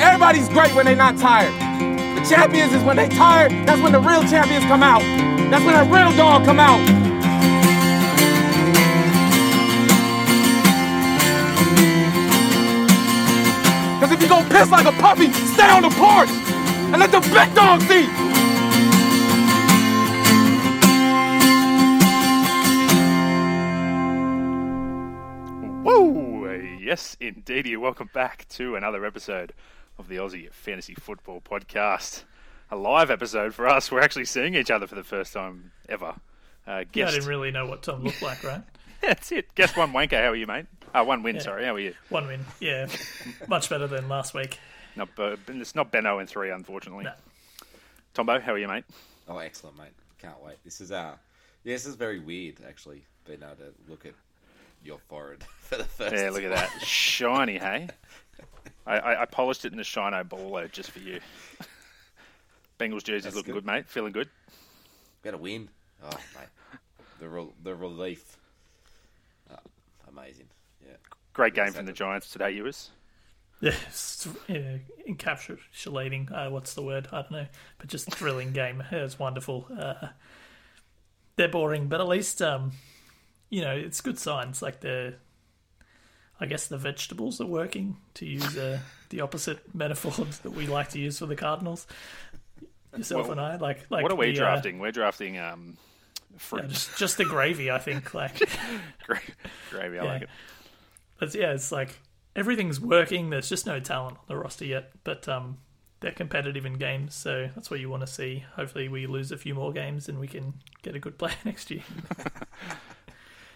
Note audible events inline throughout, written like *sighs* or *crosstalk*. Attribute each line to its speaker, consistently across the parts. Speaker 1: Everybody's great when they're not tired. The champions is when they tired, that's when the real champions come out. That's when the real dog come out. Cause if you gonna piss like a puppy, stay on the porch and let the big dogs eat.
Speaker 2: Woo! Yes, indeed. Welcome back to another episode of the Aussie Fantasy Football Podcast. A live episode for us. We're actually seeing each other for the first time ever. Uh,
Speaker 3: Yeah, I
Speaker 2: guest,
Speaker 3: didn't really know what Tom looked like, right?
Speaker 2: *laughs* that's it. Guest one wanker. How are you, mate? Uh, one win. Sorry. How are you?
Speaker 3: One win, yeah, much better than last week.
Speaker 2: Not, Bo- it's not Benno and three, unfortunately.
Speaker 3: No.
Speaker 2: Tombo, how are you, mate?
Speaker 4: Oh, excellent, mate! Can't wait. This is uh, yeah, this is very weird actually. Being able to look at your forehead *laughs* for the first.
Speaker 2: Yeah, look at that. Shiny, hey? I, I, I polished it in the Shino Bolo just for you. *laughs* Bengals jersey's
Speaker 4: That's
Speaker 2: looking
Speaker 4: good.
Speaker 2: good, mate. Feeling good?
Speaker 4: Got a win. Oh, mate, the rel- the relief. Oh, amazing. Yeah.
Speaker 2: Great game
Speaker 4: Yes,
Speaker 2: from
Speaker 4: I
Speaker 2: the
Speaker 4: did.
Speaker 2: Giants today, Ewers.
Speaker 3: Yeah, it's, yeah encapsulating. Uh, what's the word? I don't know, but just thrilling game. It was wonderful. Uh, they're boring, but at least um, you know it's good signs. Like the, I guess the vegetables are working. To use uh, the opposite metaphors *laughs* that we like to use for the Cardinals. Yourself
Speaker 2: Well,
Speaker 3: and I, like, like
Speaker 2: What are we
Speaker 3: the, uh,
Speaker 2: drafting? We're drafting um, *laughs*
Speaker 3: yeah,
Speaker 2: fruit
Speaker 3: just just the gravy, I think. Like.
Speaker 2: gra- gravy. I
Speaker 3: Yeah.
Speaker 2: like it.
Speaker 3: But yeah, it's like everything's working. There's just no talent on the roster yet, but um, they're competitive in games, so that's what you want to see. Hopefully, we lose a few more games and we can get a good *laughs* player next year.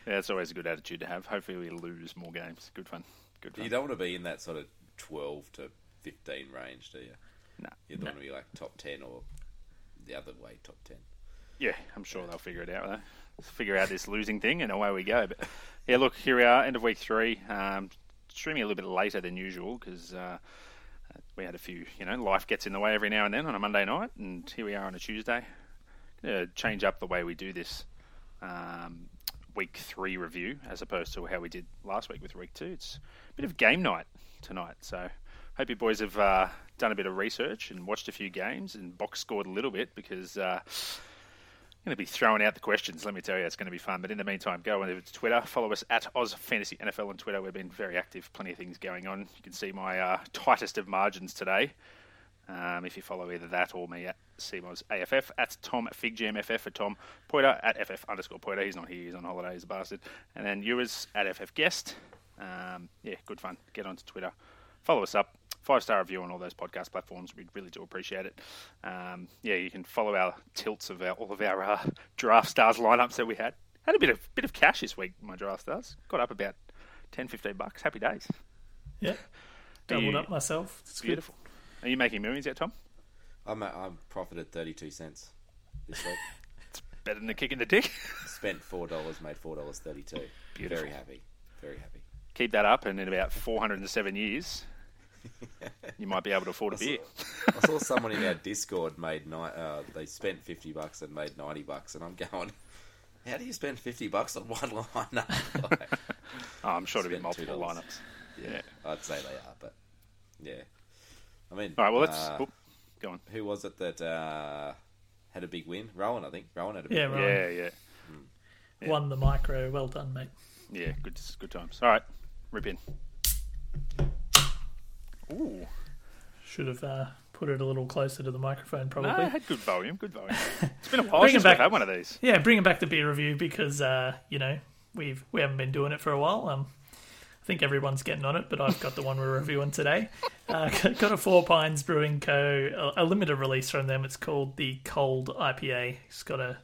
Speaker 2: Yeah, it's always a good attitude to have. Hopefully, we lose more games. Good fun. Good
Speaker 4: You
Speaker 2: fun.
Speaker 4: don't want to be in that sort of twelve to fifteen range, do you?
Speaker 2: No.
Speaker 4: You don't want to be like top ten or the other way, top ten.
Speaker 2: Yeah, I'm sure they'll figure it out though. Let's figure out this losing thing, and away we go. But yeah, look, here we are, end of week three. Um, streaming a little bit later than usual because uh, we had a few, you know, life gets in the way every now and then on a Monday night, and here we are on a Tuesday. Gonna change up the way we do this um, week three review as opposed to how we did last week with week two. It's a bit of game night tonight, so hope you boys have uh, done a bit of research and watched a few games and box scored a little bit because. Uh, going to be throwing out the questions. Let me tell you, it's going to be fun. But in the meantime, go over to Twitter. Follow us at Oz Fantasy NFL on Twitter. We've been very active. Plenty of things going on. You can see my uh, tightest of margins today. Um, if you follow either that or me at CMOS AFF, at Tom FigJamFF for Tom Poiter, at FF underscore Poiter. He's not here, he's on holiday, he's a bastard. And then yours at FF Guest. Um, yeah, good fun. Get onto Twitter. Follow us up. Five star review on all those podcast platforms. We really do appreciate it. Um, yeah, you can follow our tilts of our, all of our uh, draft stars lineups that we had. Had a bit of bit of cash this week, my draft stars. Got up about 10, 15 bucks. Happy days.
Speaker 3: yeah, doubled
Speaker 2: you-
Speaker 3: up myself. It's good.
Speaker 2: Beautiful. Are you making millions yet, Tom?
Speaker 4: I'm at, I'm profited thirty two cents this
Speaker 2: *laughs*
Speaker 4: week.
Speaker 2: Better than a kick in the dick. *laughs*
Speaker 4: Spent four dollars, made four dollars thirty two.
Speaker 2: Beautiful.
Speaker 4: Very happy. Very happy.
Speaker 2: keep that up, and in about 407 years, you might be able to afford a beer.
Speaker 4: I saw someone in our Discord made ni- uh, they spent fifty bucks and made ninety bucks, and I'm going, how do you spend fifty bucks on one *laughs* line? like,
Speaker 2: Oh, I'm sure there'll be
Speaker 4: Spend
Speaker 2: multiple
Speaker 4: $2.
Speaker 2: lineups.
Speaker 4: yeah, I'd say they are, but yeah, I mean,
Speaker 2: All right, well, let's
Speaker 4: uh,
Speaker 2: oop, go on.
Speaker 4: who was it that uh, had a big win? Rowan, I think. Rowan had a big
Speaker 3: Yeah,
Speaker 4: win.
Speaker 3: Rowan.
Speaker 2: Yeah, yeah,
Speaker 3: Won the micro. Well done, mate.
Speaker 2: yeah. Good, good times. All right, rip in. Ooh,
Speaker 3: Should have uh, put it a little closer to the microphone,
Speaker 2: no,
Speaker 3: probably.
Speaker 2: I had good volume. Good
Speaker 3: *laughs*
Speaker 2: volume. It's been a while
Speaker 3: Bring it
Speaker 2: since we've
Speaker 3: back.
Speaker 2: had one of these.
Speaker 3: Yeah, bringing back the beer review because uh, you know we've we haven't been doing it for a while. Um, I think everyone's getting on it, but I've got the one we're reviewing today. Uh, *laughs* got a Four Pines Brewing Co. A, a limited release from them. It's called the Cold IPA. It's got a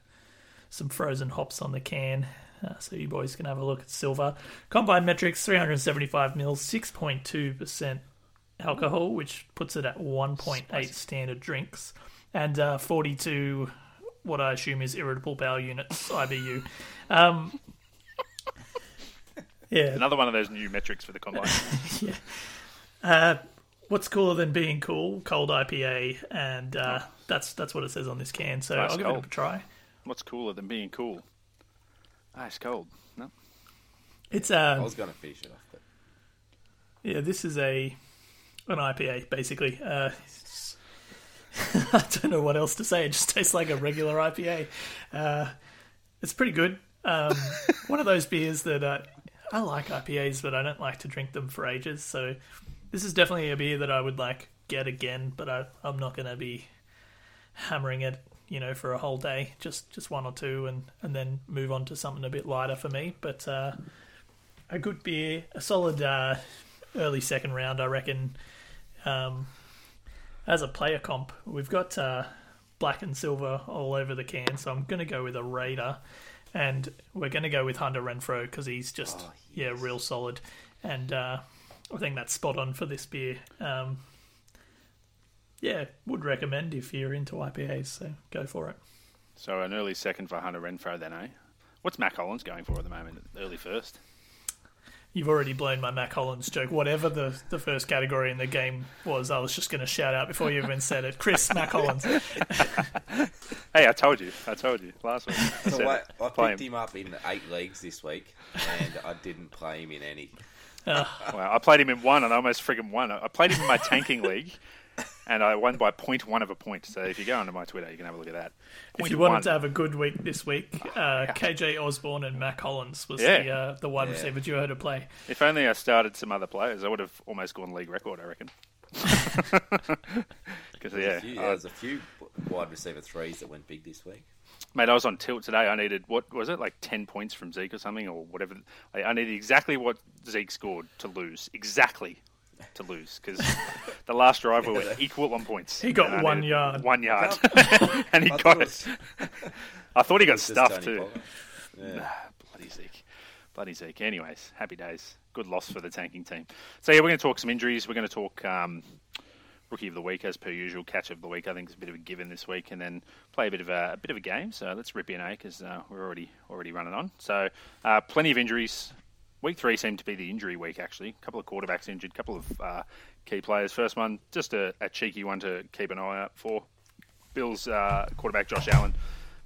Speaker 3: some frozen hops on the can. Uh, so you boys can have a look at silver. Combined metrics: 375 mils, 6.2 percent alcohol, which puts it at 1.8 standard drinks, and uh, 42 what I assume is irritable bowel units (IBU). Um, *laughs* yeah,
Speaker 2: Another one of those new metrics for the
Speaker 3: *laughs*
Speaker 2: combine.
Speaker 3: what's cooler than being cool? Cold IPA, and uh, that's that's what it says on this can.
Speaker 2: Oh.
Speaker 3: So
Speaker 2: Nice
Speaker 3: I'll give
Speaker 2: cold.
Speaker 3: it a try.
Speaker 2: What's cooler than being cool? Ice cold. No.
Speaker 3: It's
Speaker 4: I
Speaker 3: uh,
Speaker 4: was going to finish it off, but
Speaker 3: yeah, this is a an IPA, basically. Uh, *laughs* I don't know what else to say. It just tastes like a regular IPA. Uh, it's pretty good. Um, one of those beers that uh, I like IPAs, but I don't like to drink them for ages. So this is definitely a beer that I would like get again, but I, I'm not going to be hammering it, you know, for a whole day. Just just one or two, and and then move on to something a bit lighter for me. But uh, a good beer, a solid uh, early second round, I reckon. Um, as a player comp, we've got uh, black and silver all over the can, so I'm going to go with a Raider, and we're going to go with Hunter Renfro because he's just yeah real solid, and uh, I think that's spot on for this beer. Um, yeah, would recommend if you're into IPAs, so go for it.
Speaker 2: So an early second for Hunter Renfro then, eh? What's Mac Hollins going for at the moment? Early first.
Speaker 3: You've already blown my Mac Hollins joke. Whatever the, the first category in the game was, I was just going to shout out before you even said it. Chris Mac Hollins.
Speaker 2: Hey, I told you. I told you last week. I
Speaker 4: *laughs* So
Speaker 2: said
Speaker 4: I,
Speaker 2: it.
Speaker 4: I
Speaker 2: Play
Speaker 4: picked him up in eight leagues this week, and I didn't play him in any.
Speaker 2: Wow, I played him in one and I almost friggin' won. I I played him in my tanking
Speaker 4: *laughs*
Speaker 2: league and I won by 0.1 of a point. So if you go onto my Twitter, you can have a look at that.
Speaker 3: If
Speaker 2: Point
Speaker 3: you wanted
Speaker 2: one. Ah,
Speaker 3: to have a good week this week, uh, KJ Osborne and Mac Hollins was the
Speaker 2: Yeah.
Speaker 3: uh, the wide
Speaker 4: Yeah.
Speaker 3: receiver duo to play.
Speaker 2: If only I started some other players, I would have almost gone league record, I
Speaker 3: *laughs*
Speaker 2: reckon. *laughs* Because,
Speaker 4: There's
Speaker 2: yeah.
Speaker 4: a few,
Speaker 2: I-
Speaker 4: there's a few wide receiver threes that went big this week.
Speaker 2: Mate, I was on tilt today. I needed what was it like ten points from Zeke or something or whatever. I, I needed exactly what Zeke scored to lose, exactly to lose
Speaker 4: *laughs*
Speaker 2: because the last drive we were equal on points.
Speaker 3: He got
Speaker 2: And I
Speaker 3: one
Speaker 2: needed
Speaker 3: yard.
Speaker 2: one yard, *laughs* and he
Speaker 4: I
Speaker 2: got
Speaker 4: thought
Speaker 2: it.
Speaker 4: it was-
Speaker 2: I thought he got
Speaker 4: It's just
Speaker 2: stuffed
Speaker 4: Tony
Speaker 2: too.
Speaker 4: Pollard. Yeah.
Speaker 2: Ah, bloody Zeke, bloody Zeke. Anyways, happy days. Good loss for the tanking team. So yeah, we're going to talk some injuries. We're going to talk um, rookie of the week as per usual. Catch of the week, I think, is a bit of a given this week, and then play a bit of a, a bit of a game. So let's rip in, eh? Because uh, we're already already running on. So uh, plenty of injuries. Week three seemed to be the injury week, actually. A couple of quarterbacks injured, a couple of uh, key players. First one, just a, a cheeky one to keep an eye out for. Bills uh, quarterback Josh Allen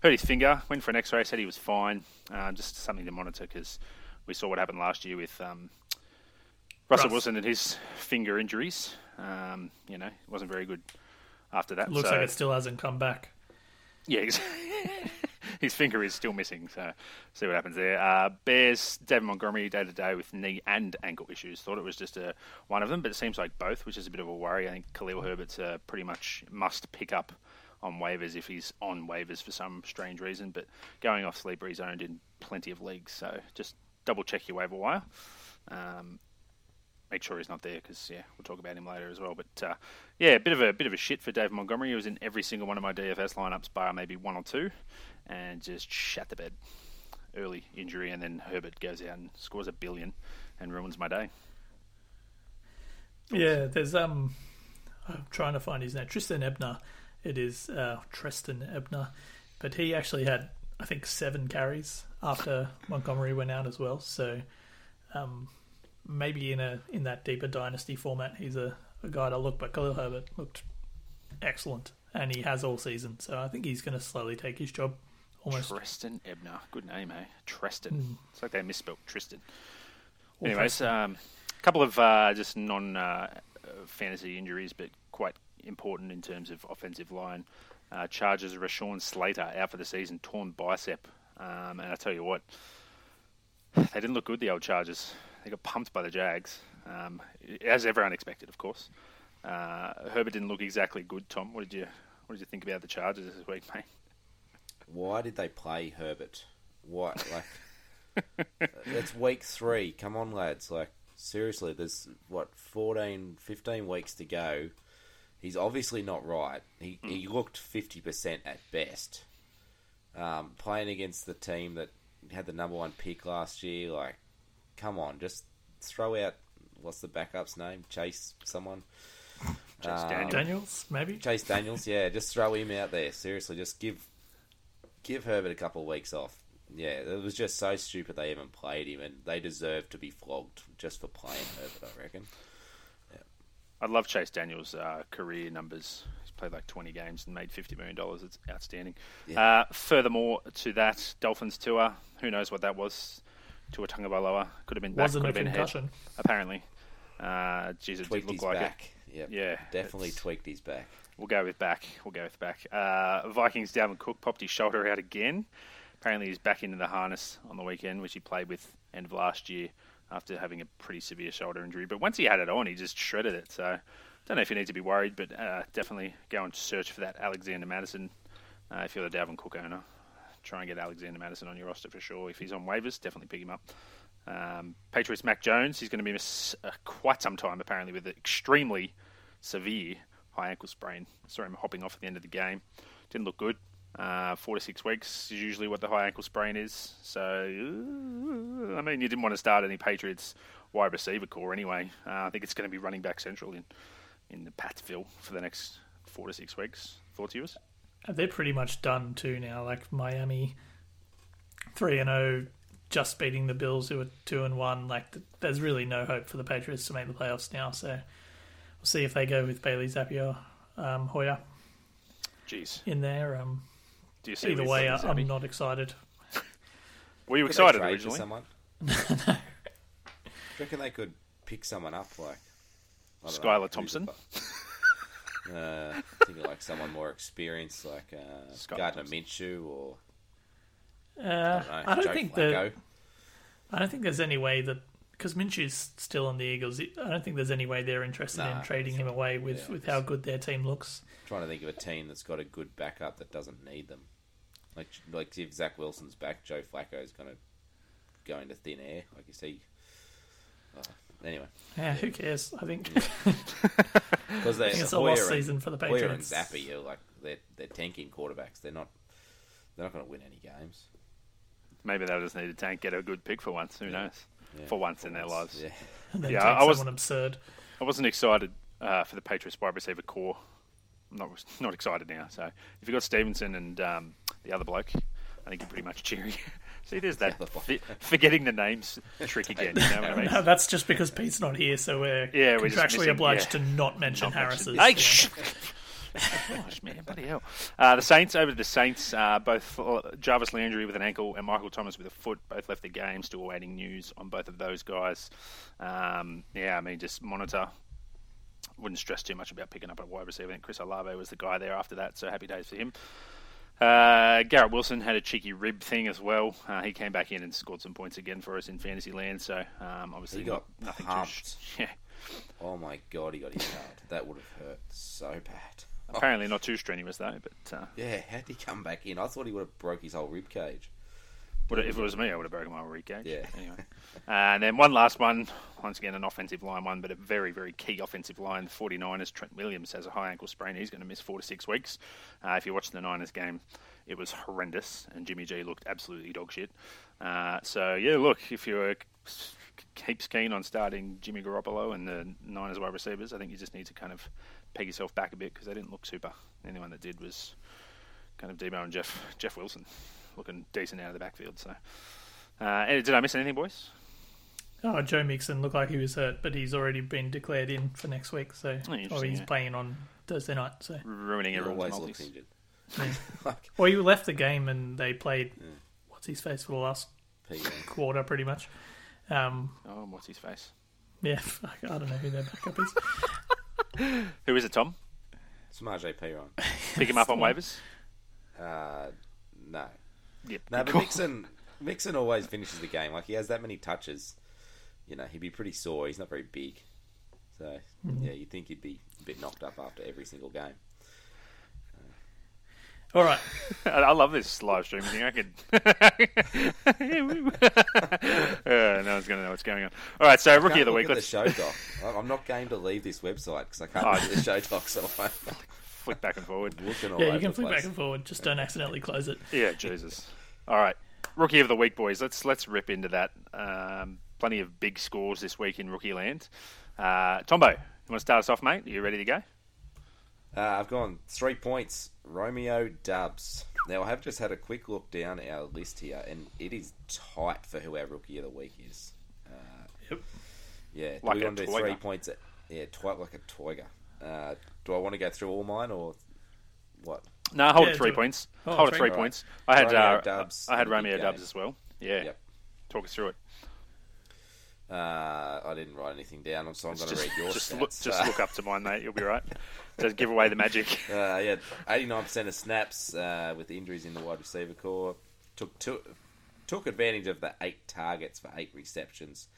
Speaker 2: hurt his finger, went for an X-ray, said he was fine. Uh, just something to monitor because we saw what happened last year with um, Russell
Speaker 3: Russ.
Speaker 2: Wilson and his finger injuries. Um, you know, it wasn't very good after that.
Speaker 3: Looks
Speaker 2: so,
Speaker 3: like it still hasn't come back.
Speaker 2: yeah, he's- *laughs* his finger is still missing. So see what happens there. Uh, Bears David Montgomery day to day with knee and ankle issues. Thought it was just a, one of them, but it seems like both, which is a bit of a worry. I think Khalil Herbert's uh, pretty much must pick up on waivers if he's on waivers for some strange reason. But going off sleeper, he's owned in plenty of leagues. So just double check your waiver wire. Um, make sure he's not there because yeah, we'll talk about him later as well. But uh, yeah, a bit of a bit of a shit for Dave Montgomery. He was in every single one of my DFS lineups, bar maybe one or two, and just shat the bed. Early injury, and then Herbert goes out and scores a billion, and ruins my day.
Speaker 3: Yeah, there's um, I'm trying to find his name. Tristan Ebner. It is uh, Tristan Ebner, but he actually had I think seven carries after Montgomery went out as well. So, um, maybe in a in that deeper dynasty format, he's a, a guy to look. But Khalil Herbert looked excellent, and he has all season. So I think he's going to slowly take his job. Almost
Speaker 2: Tristan Ebner, good name, eh? Tristan. It's like they misspelled Tristan.
Speaker 3: Or
Speaker 2: Anyways, a um, couple of uh, just non uh, uh, fantasy injuries, but quite important in terms of offensive line. Uh, charges Rashawn Slater out for the season, torn bicep. Um, and I tell you what, they didn't look good, the old Chargers. They got pumped by the Jags, um, as everyone expected, of course. Uh, Herbert didn't look exactly good, Tom. What did you what did you think about the Chargers this week, mate?
Speaker 4: Why did they play Herbert? Why? Like, it's week three. Come on, lads. Like, seriously, there's, what, 14, 15 weeks to go. He's obviously not right. He, he looked 50% at best. Um, playing against the team that had the number one pick last year, like, come on, just throw out, what's the backup's name? Chase someone?
Speaker 2: Chase
Speaker 4: Um,
Speaker 2: Daniel.
Speaker 3: Daniels, maybe.
Speaker 4: Chase Daniels, yeah, just throw him out there. Seriously, just give give Herbert a couple of weeks off. Yeah, it was just so stupid they even played him, and they deserve to be flogged just for playing Herbert. I reckon.
Speaker 2: I love Chase Daniels' uh, career numbers. He's played like 20 games and made $50 million. It's outstanding. Uh, furthermore to that, Dolphins tour. Who knows what that was? Tua Tungabaloa. Could have been back,
Speaker 3: Wasn't
Speaker 2: could have
Speaker 3: a
Speaker 2: been head,
Speaker 3: concussion.
Speaker 2: apparently. Uh, geez, it did
Speaker 4: Tweaked
Speaker 2: look
Speaker 4: his
Speaker 2: like
Speaker 4: back. Yep.
Speaker 2: Yeah,
Speaker 4: Definitely
Speaker 2: it's-
Speaker 4: tweaked his back.
Speaker 2: We'll go with back. We'll go with back. Uh, Vikings Dalvin Cook popped his shoulder out again. Apparently, he's back into the harness on the weekend, which he played with end of last year after having a pretty severe shoulder injury. But once he had it on, he just shredded it. So, don't know if you need to be worried, but uh, definitely go and search for that Alexander Madison uh, if you're the Dalvin Cook owner. Try and get Alexander Madison on your roster for sure. If he's on waivers, definitely pick him up. Um, Patriots Mac Jones, he's going to be miss uh, quite some time apparently with an extremely severe high ankle sprain. Saw him hopping off at the end of the game. Didn't look good. Uh, four to six weeks is usually what the high ankle sprain is. So, uh, I mean, you didn't want to start any Patriots wide receiver core anyway. Uh, I think it's going to be running back central in in the Patsville for the next four to six weeks. Thoughts, yours?
Speaker 3: They're pretty much done too now. Like Miami, three and zero, just beating the Bills, who are two and one. Like th- there's really no hope for the Patriots to make the playoffs now. So we'll see if they go with Bailey Zapier, um, Hoyer
Speaker 2: Jeez.
Speaker 3: in there. Um,
Speaker 2: Do you see
Speaker 3: either
Speaker 2: where
Speaker 3: way, I,
Speaker 2: he's at, Abby?
Speaker 3: I'm not excited.
Speaker 2: Were you
Speaker 4: Could they
Speaker 2: excited
Speaker 4: trade for
Speaker 2: originally?
Speaker 4: *laughs* Someone? Do you reckon they could pick someone up like I don't know,
Speaker 2: Skylar
Speaker 4: who's
Speaker 2: Thompson?
Speaker 4: the
Speaker 2: *laughs*
Speaker 4: fu- uh, I think like someone more experienced, like uh,
Speaker 2: Skylar
Speaker 4: Gardner
Speaker 2: Thompson.
Speaker 4: Minshew or
Speaker 3: Uh,
Speaker 4: I don't, know,
Speaker 3: I don't
Speaker 4: Joe
Speaker 3: think that
Speaker 4: Flacco.
Speaker 3: I don't think there's any way that because Minshew's still on the Eagles. I don't think there's any way they're interested
Speaker 4: Nah,
Speaker 3: in trading him away with,
Speaker 4: Yeah,
Speaker 3: with how good their team looks.
Speaker 4: trying to think of a team that's got a good backup that doesn't need them. Like like if Zach Wilson's back, Joe Flacco's gonna go into thin air. Like you see. Uh, anyway,
Speaker 3: Yeah, who cares? I think
Speaker 4: because they
Speaker 3: think it's a
Speaker 4: Hoyer
Speaker 3: lost
Speaker 4: and-
Speaker 3: season for the
Speaker 4: Hoyer and
Speaker 3: Patriots.
Speaker 4: Zappy are like they're they're tanking quarterbacks. They're not they're not going to win any games.
Speaker 2: Maybe they'll just need to tank, get a good pick for once. Who knows?
Speaker 4: Yeah,
Speaker 2: for once in their lives.
Speaker 4: once. Yeah.
Speaker 3: *laughs* and then
Speaker 2: Yeah,
Speaker 3: take
Speaker 2: I was-
Speaker 3: someone absurd.
Speaker 2: I wasn't excited uh, for the Patriots wide receiver core. I'm not *laughs* not excited now. So if you got Stevenson and um, the other bloke, I think you're pretty much cheering. *laughs* See, there's that
Speaker 4: other bloke.
Speaker 2: fi- forgetting the names trick again. You
Speaker 4: *laughs*
Speaker 2: know what I mean?
Speaker 3: No, that's just because Pete's not here, so we're
Speaker 2: Yeah, we're just
Speaker 3: contractually
Speaker 2: missing-
Speaker 3: obliged
Speaker 2: yeah.
Speaker 3: to not mention Harris's.
Speaker 2: Hey,
Speaker 3: Yeah.
Speaker 2: shh. Gosh, man, bloody hell. Uh, the Saints over to the Saints. Uh, both uh, Jarvis Landry with an ankle and Michael Thomas with a foot both left the game. Still awaiting news on both of those guys. Um, yeah, I mean, just monitor. Wouldn't stress too much about picking up a wide receiver. I think Chris Olave was the guy there after that, so happy days for him. Uh, Garrett Wilson had a cheeky rib thing as well. Uh, he came back in and scored some points again for us in fantasy land. So um, obviously
Speaker 4: He got
Speaker 2: not- nothing
Speaker 4: pumped.
Speaker 2: too. *laughs* Yeah,
Speaker 4: Oh my god, he got hit hard. That would have hurt so bad. Oh,
Speaker 2: apparently not too strenuous though. But uh,
Speaker 4: yeah, how would he come back in? I thought he would have broke his whole rib cage.
Speaker 2: Would if it was me, I would have broken my rib cage.
Speaker 4: Yeah.
Speaker 2: Anyway. Uh, and then one last one. Once again, an offensive line one, but a very, very key offensive line. The 49ers, Trent Williams has a high ankle sprain. He's going to miss four to six weeks. Uh, if you watch the Niners game, it was horrendous, and Jimmy G looked absolutely dog shit. Uh, so, yeah, look, if you're heaps keen on starting Jimmy Garoppolo and the Niners wide receivers, I think you just need to kind of peg yourself back a bit because they didn't look super. Anyone that did was kind of Debo and Jeff Jeff Wilson looking decent out of the backfield. So, uh, and did I miss anything, boys?
Speaker 3: Oh, Joe Mixon looked like he was hurt, but he's already been declared in for next week, so
Speaker 2: Oh, interesting,
Speaker 3: or he's
Speaker 2: yeah.
Speaker 3: playing on Thursday night. So
Speaker 2: Ruining
Speaker 4: He
Speaker 2: everyone's
Speaker 4: always looks
Speaker 2: multis.
Speaker 4: injured.
Speaker 3: Yeah.
Speaker 4: like,
Speaker 3: Well, you left the game and they played what's his face for the last
Speaker 4: P-
Speaker 3: quarter, pretty much. Um,
Speaker 2: Oh, and what's his face?
Speaker 3: yeah, *laughs* I don't know who their backup is.
Speaker 2: Who is it, Tom?
Speaker 4: Samaj Piron.
Speaker 2: Pick him up
Speaker 4: *laughs*
Speaker 2: on waivers.
Speaker 4: Uh, no.
Speaker 2: Yep.
Speaker 3: *laughs*
Speaker 4: No, but
Speaker 2: Cool.
Speaker 4: Mixon, Mixon always finishes the game. Like, he has that many touches. You know, he'd be pretty sore. He's not very big. So,
Speaker 3: Hmm.
Speaker 4: yeah, you'd think he'd be a bit knocked up after every single game.
Speaker 3: All right,
Speaker 2: I *laughs* I love this live streaming thing. I
Speaker 4: *laughs*
Speaker 2: could. *laughs* uh, no one's going to know what's going on. All right, so rookie of
Speaker 4: Can't
Speaker 2: the
Speaker 4: look
Speaker 2: week.
Speaker 4: at
Speaker 2: Let's
Speaker 4: the show doc. I- I'm not game to leave this website because I can't
Speaker 2: *laughs* Oh,
Speaker 4: look at the show doc. So *laughs* I'm
Speaker 2: flick back and forward.
Speaker 4: looking all
Speaker 3: yeah,
Speaker 4: over
Speaker 3: you can
Speaker 4: the
Speaker 3: flip
Speaker 4: place.
Speaker 3: back and forward. Just don't accidentally close it.
Speaker 2: Yeah, Jesus. All right, rookie of the week, boys. Let's let's rip into that. Um, plenty of big scores this week in rookie land. Uh, Tombo, you want to start us off, mate? Are you ready to go?
Speaker 4: Uh, I've gone three points. Romeo Dubs. Now I have just had a quick look down our list here, and it is tight for who our rookie of the week is. Uh,
Speaker 3: Yep.
Speaker 4: Yeah, do
Speaker 2: Like
Speaker 4: we
Speaker 2: a
Speaker 4: want to do
Speaker 2: Twigger.
Speaker 4: three points? At, yeah, twi- like a Twigger. Uh, do I want to go through all mine or what?
Speaker 2: No, hold
Speaker 3: Yeah,
Speaker 2: it three
Speaker 3: do it.
Speaker 2: points.
Speaker 3: Oh,
Speaker 2: hold it
Speaker 3: three.
Speaker 2: three
Speaker 4: Alright.
Speaker 2: points. I had
Speaker 4: Romeo
Speaker 2: uh,
Speaker 4: Dubs
Speaker 2: I had
Speaker 4: and a big
Speaker 2: Romeo
Speaker 4: game.
Speaker 2: Dubs as well. Yeah,
Speaker 4: Yep.
Speaker 2: talk us through it.
Speaker 4: Uh, I didn't write anything down, so I'm going to
Speaker 2: just
Speaker 4: read your
Speaker 2: just,
Speaker 4: stats.
Speaker 2: look, just
Speaker 4: Uh,
Speaker 2: look up to mine, mate. You'll be
Speaker 4: *laughs*
Speaker 2: right. Don't give away the magic.
Speaker 4: Uh, yeah, eighty-nine percent of snaps uh, with injuries in the wide receiver core took two, took advantage of the eight targets for eight receptions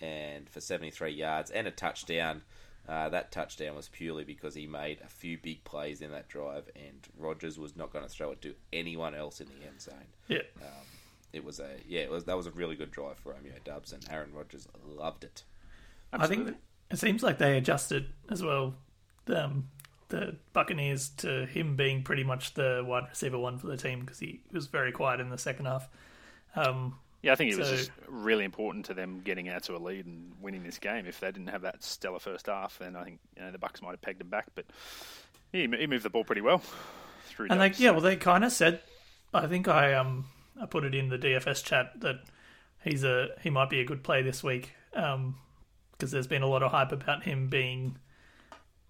Speaker 4: and for seventy-three yards and a touchdown. Uh, that touchdown was purely because he made a few big plays in that drive, and Rogers was not going to throw it to anyone else in the end zone.
Speaker 3: Yeah.
Speaker 4: It was a yeah, it was that was a really good drive for Romeo Dubs, and Aaron Rodgers loved it.
Speaker 3: I think that- it seems like they adjusted as well um, the Buccaneers to him being pretty much the wide receiver one for the team because he was very quiet in the second half. Um,
Speaker 2: Yeah, I think it was
Speaker 3: So-
Speaker 2: just really important to them getting out to a lead and winning this game. If they didn't have that stellar first half, then I think you know the Bucks might have pegged him back. But he, he moved the ball pretty well through.
Speaker 3: and
Speaker 2: dubs.
Speaker 3: like, yeah, well, they kind of said. I think I um I put it in the DFS chat that he's a he might be a good play this week because there's been a lot of hype about him being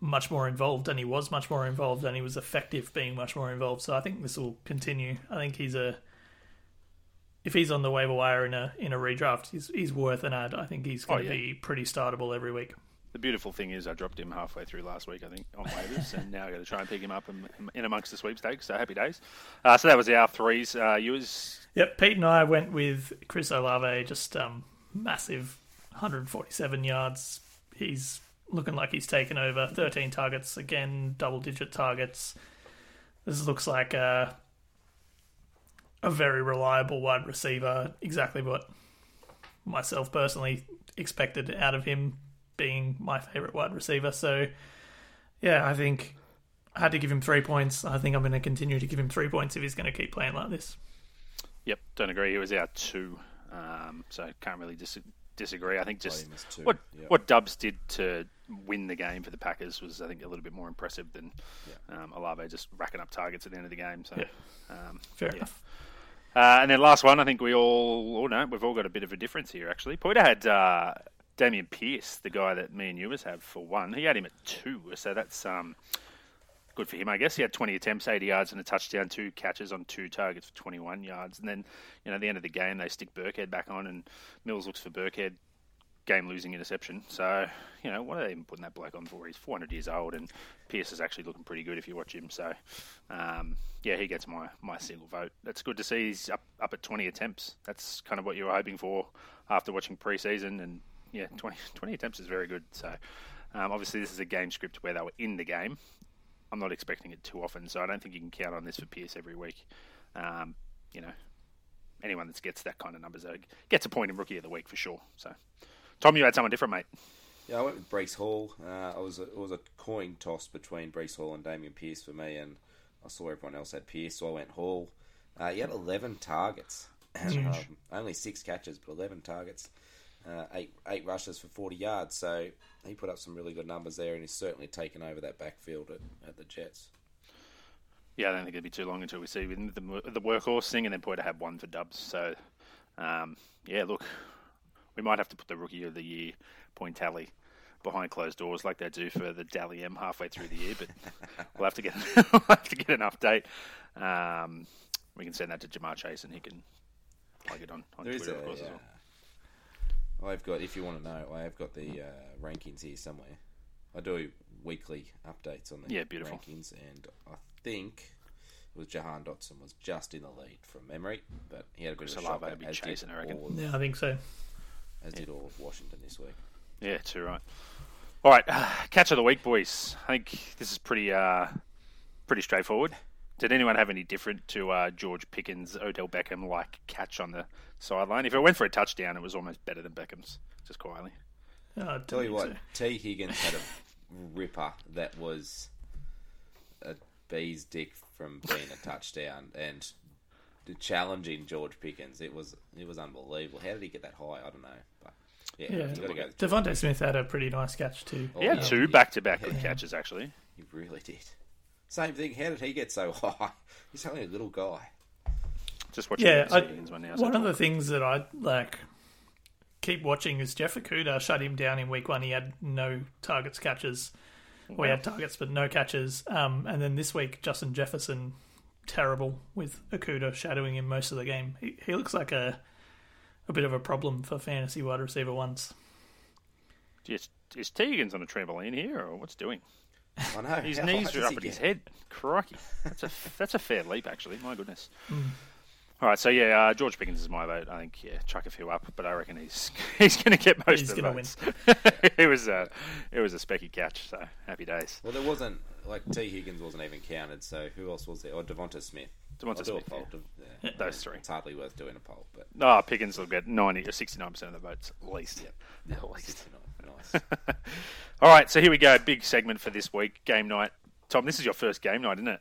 Speaker 3: much more involved and he was much more involved and he was effective being much more involved. So I think this will continue. I think he's a if he's on the waiver wire in a in a redraft, he's he's worth an ad. I think he's going to
Speaker 2: yeah.
Speaker 3: be pretty startable every week.
Speaker 2: the beautiful thing is I dropped him halfway through last week, I think, on waivers, and now I got to try and pick him up in, in amongst the sweepstakes. So happy days. Uh, so that was our threes. Uh, you was
Speaker 3: Yep, Pete and I went with Chris Olave, just um, massive, 147 yards. He's looking like he's taken over. 13 targets again, double-digit targets. This looks like a, a very reliable wide receiver. Exactly what myself personally expected out of him, being my favorite wide receiver. So, yeah, I think I had to give him three points. I think I'm going to continue to give him three points if he's going to keep playing like this.
Speaker 2: yep, don't agree. He was our two, um, so can't really dis- disagree. I think just
Speaker 4: him as two,
Speaker 2: what
Speaker 4: yep.
Speaker 2: what Dubs did to win the game for the Packers was, I think, a little bit more impressive than um, Alave just racking up targets at the end of the game. So. Um,
Speaker 3: Fair
Speaker 2: Yeah.
Speaker 3: enough.
Speaker 2: Uh, and then last one, I think we all, oh no, we've all got a bit of a difference here actually. Poyter had uh, Damien Pierce, the guy that me and Ewers have for one. He had him at two, so that's um, good for him, I guess. He had 20 attempts, 80 yards and a touchdown, two catches on two targets for 21 yards. And then, you know, at the end of the game, they stick Burkhead back on, and Mills looks for Burkhead, game losing interception. So, you know, what are they even putting that bloke on for? He's 400 years old, and Pierce is actually looking pretty good if you watch him. So, um, yeah, he gets my, my single vote. That's good to see. He's up, up at 20 attempts. That's kind of what you were hoping for after watching preseason. And, yeah, *laughs* 20, 20 attempts is very good. So, um, obviously, this is a game script where they were in the game. I'm not expecting it too often, so I don't think you can count on this for Pierce every week. Um, you know, anyone that gets that kind of numbers uh, gets a point in Rookie of the Week for sure. So, Tom, you had someone different, mate.
Speaker 4: Yeah, I went with Brees Hall. Uh, I was it was a coin toss between Brees Hall and Damien Pierce for me, and I saw everyone else had Pierce, so I went Hall. Uh, he had eleven targets, *clears throat* um, only six catches, but eleven targets, uh, eight eight rushes for forty yards. So he put up some really good numbers there, and he's certainly taken over that backfield at, at the Jets.
Speaker 2: Yeah, I don't think it'd be too long until we see with the, the workhorse thing, and then Poyter had one for Dubs. So, um, yeah, look, we might have to put the Rookie of the Year point tally behind closed doors like they do for the Dally M halfway through the year, *laughs* but we'll have to get *laughs* we'll have to get an update. Um, we can send that to Jamar Chase, and he can plug it on, on
Speaker 4: There is
Speaker 2: Twitter,
Speaker 4: a,
Speaker 2: of course, as
Speaker 4: uh,
Speaker 2: well.
Speaker 4: I've got if you want to know, I have got the uh, rankings here somewhere. I do weekly updates on the
Speaker 2: Yeah, beautiful.
Speaker 4: rankings, and I think it was Jahan Dotson was just in the lead from memory, but he had a bit
Speaker 2: Chris
Speaker 4: of a shock,
Speaker 2: Olave will be
Speaker 4: as,
Speaker 2: chasing,
Speaker 4: did
Speaker 2: I reckon.
Speaker 4: all of,
Speaker 3: Yeah, I think so.
Speaker 4: as did all of Washington this week.
Speaker 2: Yeah, too right. All right, *sighs* catch of the week, boys. I think this is pretty uh, pretty straightforward. Did anyone have any different to uh, George Pickens, Odell Beckham like catch on the sideline? If it went for a touchdown, it was almost better than Beckham's. Just quietly.
Speaker 3: Uh, I
Speaker 4: Tell you
Speaker 3: think
Speaker 4: what,
Speaker 3: so.
Speaker 4: T Higgins had a ripper that was a bee's dick from being a touchdown, and the challenging George Pickens, it was it was unbelievable. How did he get that high? I don't know, but yeah,
Speaker 3: Yeah.
Speaker 4: you got to go. with-
Speaker 3: Devontae Smith had a pretty nice catch too.
Speaker 4: Oh,
Speaker 2: Yeah, two back to back good catches actually.
Speaker 4: He really did. Same thing. How did he get so high? *laughs* He's only a little guy.
Speaker 2: Just watching
Speaker 3: Yeah,
Speaker 2: the
Speaker 3: I,
Speaker 2: Pickens one now. so
Speaker 3: one of
Speaker 2: talk.
Speaker 3: the things that I like keep watching is Jeff Okuda shut him down in week one. He had no targets catches. We had targets but no catches. Um, and then this week Justin Jefferson terrible with Okuda shadowing him most of the game. He, he looks like a a bit of a problem for fantasy wide receiver ones.
Speaker 2: Is, is Tegan's on a trampoline here, or what's doing?
Speaker 4: I know.
Speaker 2: His
Speaker 4: how
Speaker 2: knees
Speaker 4: high
Speaker 2: are
Speaker 4: does
Speaker 2: up
Speaker 4: he
Speaker 2: at his
Speaker 4: get?
Speaker 2: head. Crikey, that's a that's a fair leap, actually. My goodness. All right, so yeah, uh, George Pickens is my vote. I think yeah, chuck a few up, but I reckon he's *laughs* he's going to get most
Speaker 3: He's
Speaker 2: of the
Speaker 3: gonna
Speaker 2: votes. *laughs* it was a it was a specky catch, so happy days.
Speaker 4: Well, there wasn't like T Higgins wasn't even counted. So who else was there? Or Devonta Smith.
Speaker 2: Devonta
Speaker 4: I'll do a
Speaker 2: Smith,
Speaker 4: poll.
Speaker 2: yeah.
Speaker 4: Dev- yeah.
Speaker 2: *laughs* Those three.
Speaker 4: It's hardly worth doing a poll, but
Speaker 2: *laughs* Ah, Pickens will get ninety or sixty nine percent of the votes at least.
Speaker 4: yeah,
Speaker 2: At least.
Speaker 4: 69. Nice.
Speaker 2: All right, so here we go. Big segment for this week, game night. Tom, this is your first game night, isn't it?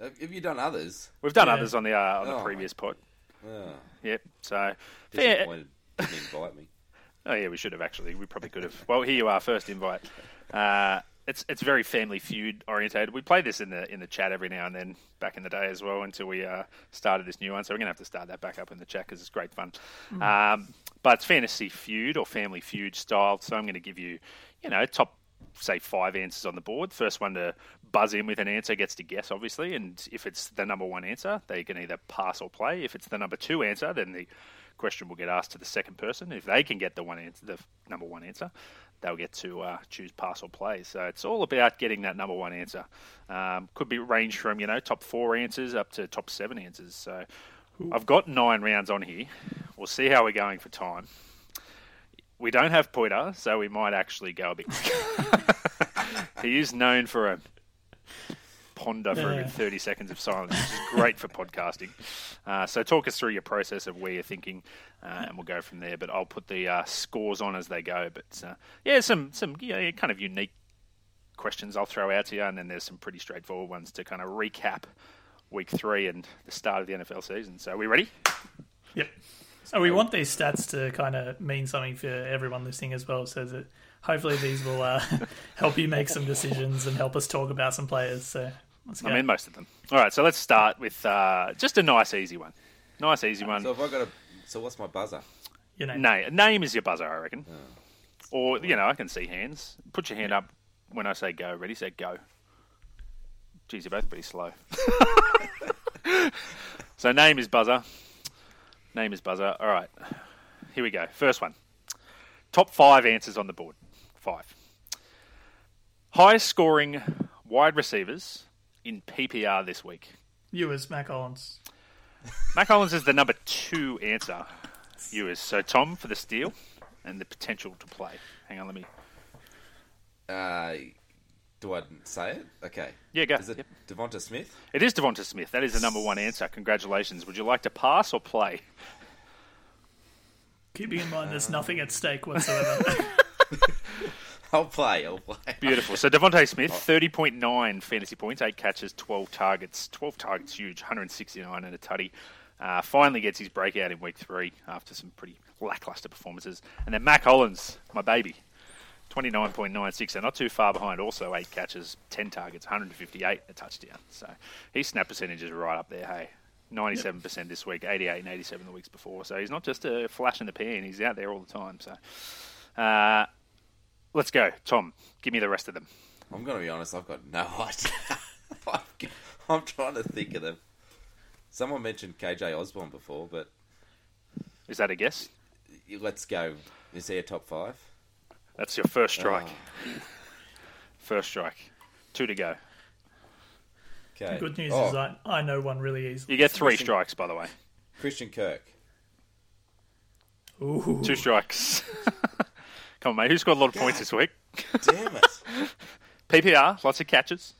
Speaker 4: Have have you done others?
Speaker 2: We've done
Speaker 3: Yeah.
Speaker 2: others on the uh, on the
Speaker 4: Oh,
Speaker 2: previous pod.
Speaker 4: Oh,
Speaker 2: Yep. So fair.
Speaker 4: disappointed. Didn't invite me.
Speaker 2: Oh yeah, we should have actually. We probably could have. Well, here you are, first invite. Uh, it's it's very family feud orientated. We play this in the in the chat every now and then back in the day as well until we uh, started this new one. So we're gonna have to start that back up in the chat because it's great fun. Um, but it's fantasy feud or family feud style. So I'm gonna give you, you know, top say five answers on the board. First one to buzz in with an answer gets to guess, obviously. And if it's the number one answer, they can either pass or play. If it's the number two answer, then the question will get asked to the second person. If they can get the one answer, the number one answer, they'll get to uh, choose pass or play. So it's all about getting that number one answer. Um, could be range from you know top four answers up to top seven answers. So I've got nine rounds on here. We'll see how we're going for time. We don't have Poiter, so we might actually go a bit. he is known for a ponder for a
Speaker 3: Yeah.
Speaker 2: good 30 seconds of silence, which is great for podcasting. Uh, so, talk us through your process of where you're thinking, uh, and we'll go from there. But I'll put the uh, scores on as they go. But uh, yeah, some some you know, kind of unique questions I'll throw out to you, and then there's some pretty straightforward ones to kind of recap week three and the start of the NFL season. So, we ready?
Speaker 3: Yep. So we want these stats to kind of mean something for everyone listening as well, so that hopefully these will uh, *laughs* help you make some decisions and help us talk about some players. So let's go.
Speaker 2: I mean, most of them. All right, so let's start with uh, just a nice, easy one. Nice, easy one.
Speaker 4: So if I got a, so what's my buzzer?
Speaker 3: Your name.
Speaker 2: name, name is your buzzer, I reckon. Or you know, I can see hands. Put your hand up when I say go. Ready, set, go. Geez, you're both pretty slow. *laughs* so name is buzzer. Name is buzzer. All right, here we go. First one. Top five answers on the board. Five. Highest scoring wide receivers in PPR this week.
Speaker 3: You as Mac Collins.
Speaker 2: Mac Collins is the number two answer. You is so Tom for the steal and the potential to play. Hang on, let me.
Speaker 4: Uh, do I say it? Okay.
Speaker 2: Yeah, go.
Speaker 4: Is it
Speaker 2: Yep.
Speaker 4: Devonta Smith? *laughs*
Speaker 2: It is Devonta Smith. That is the number one answer. Congratulations. Would you like to pass or play?
Speaker 3: Keeping in mind,
Speaker 2: Um,
Speaker 3: there's nothing at
Speaker 2: *laughs*
Speaker 3: stake whatsoever.
Speaker 4: I'll play. I'll play.
Speaker 2: Beautiful. So Devonte Smith, thirty point nine fantasy points, eight catches, twelve targets, twelve targets, huge, one hundred sixty nine and a tutty. Uh, finally gets his breakout in week three after some pretty lackluster performances. And then Mac Hollins, my baby, twenty nine point nine six, and not too far behind. Also eight catches, ten targets, one hundred fifty eight, a touchdown. So his snap percentage is right up there. Hey. 97% this week, 88 and 87 the weeks before. So he's not just a flash in the pan, he's out there all the time. So uh, let's go. Tom, give me the rest of them.
Speaker 4: I'm gonna be honest. I've got no *laughs* idea. I've got- I'm trying to think of them. Someone mentioned KJ Osborne before, but
Speaker 2: Is that a guess?
Speaker 4: let's go. Is he a top five?
Speaker 2: That's your first
Speaker 3: Ah.
Speaker 2: strike. First strike. Two to go.
Speaker 4: Okay.
Speaker 3: Good news
Speaker 4: Oh,
Speaker 3: is I, I know one really easily.
Speaker 2: You get three strikes, by the way.
Speaker 4: Christian Kirk.
Speaker 3: Ooh.
Speaker 2: Two strikes. *laughs* Come on, mate. Who scored a lot of points this week?
Speaker 4: Damn it.
Speaker 2: PPR, lots of catches.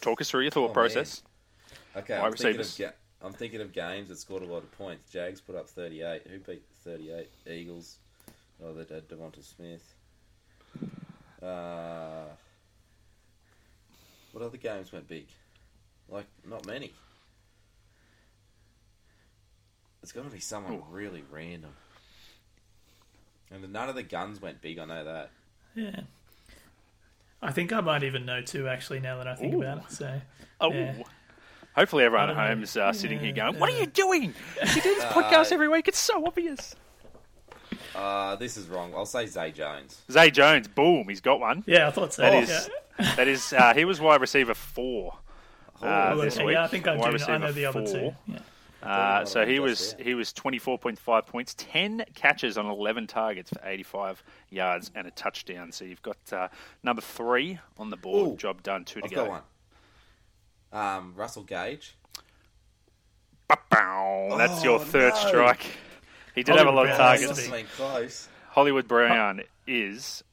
Speaker 2: Talk us through your thought
Speaker 4: Oh,
Speaker 2: process.
Speaker 4: Okay,
Speaker 2: Wide
Speaker 4: I'm thinking,
Speaker 2: receivers.
Speaker 4: of ga- I'm thinking of games that scored a lot of points. Jags put up 38. Who beat 38? Eagles. Oh, they had Devonta Smith. Uh, what other games went big? Like, not many. It's got to be someone really random. And none of the guns went big, I know that.
Speaker 3: Yeah. I think I might even know two actually. Now that I think
Speaker 2: Ooh.
Speaker 3: about it, so
Speaker 2: Oh.
Speaker 3: Yeah.
Speaker 2: Hopefully, everyone at
Speaker 3: I don't
Speaker 2: home
Speaker 3: know.
Speaker 2: is uh, sitting here going,
Speaker 3: Yeah, Uh,
Speaker 2: What are
Speaker 3: yeah.
Speaker 2: you doing? You
Speaker 3: *laughs*
Speaker 2: do this podcast every week. It's so obvious.
Speaker 4: Uh, this is wrong. I'll say Zay Jones.
Speaker 2: Zay Jones, boom. He's got one.
Speaker 3: yeah, I thought so.
Speaker 2: That
Speaker 3: yeah.
Speaker 2: is, that is, uh, he was wide receiver four. Uh,
Speaker 3: Oh,
Speaker 2: this
Speaker 3: okay,
Speaker 2: week.
Speaker 3: yeah, I think
Speaker 2: Wide
Speaker 3: I do. know- I
Speaker 2: receiver
Speaker 3: know the other
Speaker 2: four.
Speaker 3: two. Yeah.
Speaker 2: Uh, so he was
Speaker 4: Yeah.
Speaker 2: he was 24.5 points, 10 catches on 11 targets for 85 yards and a touchdown. So you've got uh, number three on the board.
Speaker 4: Ooh.
Speaker 2: Job done. 2 to
Speaker 4: I've
Speaker 2: go.
Speaker 4: got one. Um, Russell Gage.
Speaker 2: Ba-bow. That's your
Speaker 4: Oh,
Speaker 2: third
Speaker 4: no.
Speaker 2: strike. He did have a lot of
Speaker 3: Hollywood
Speaker 4: *laughs*
Speaker 3: Brown.
Speaker 2: targets.
Speaker 4: Must've been close.
Speaker 2: Hollywood Brown is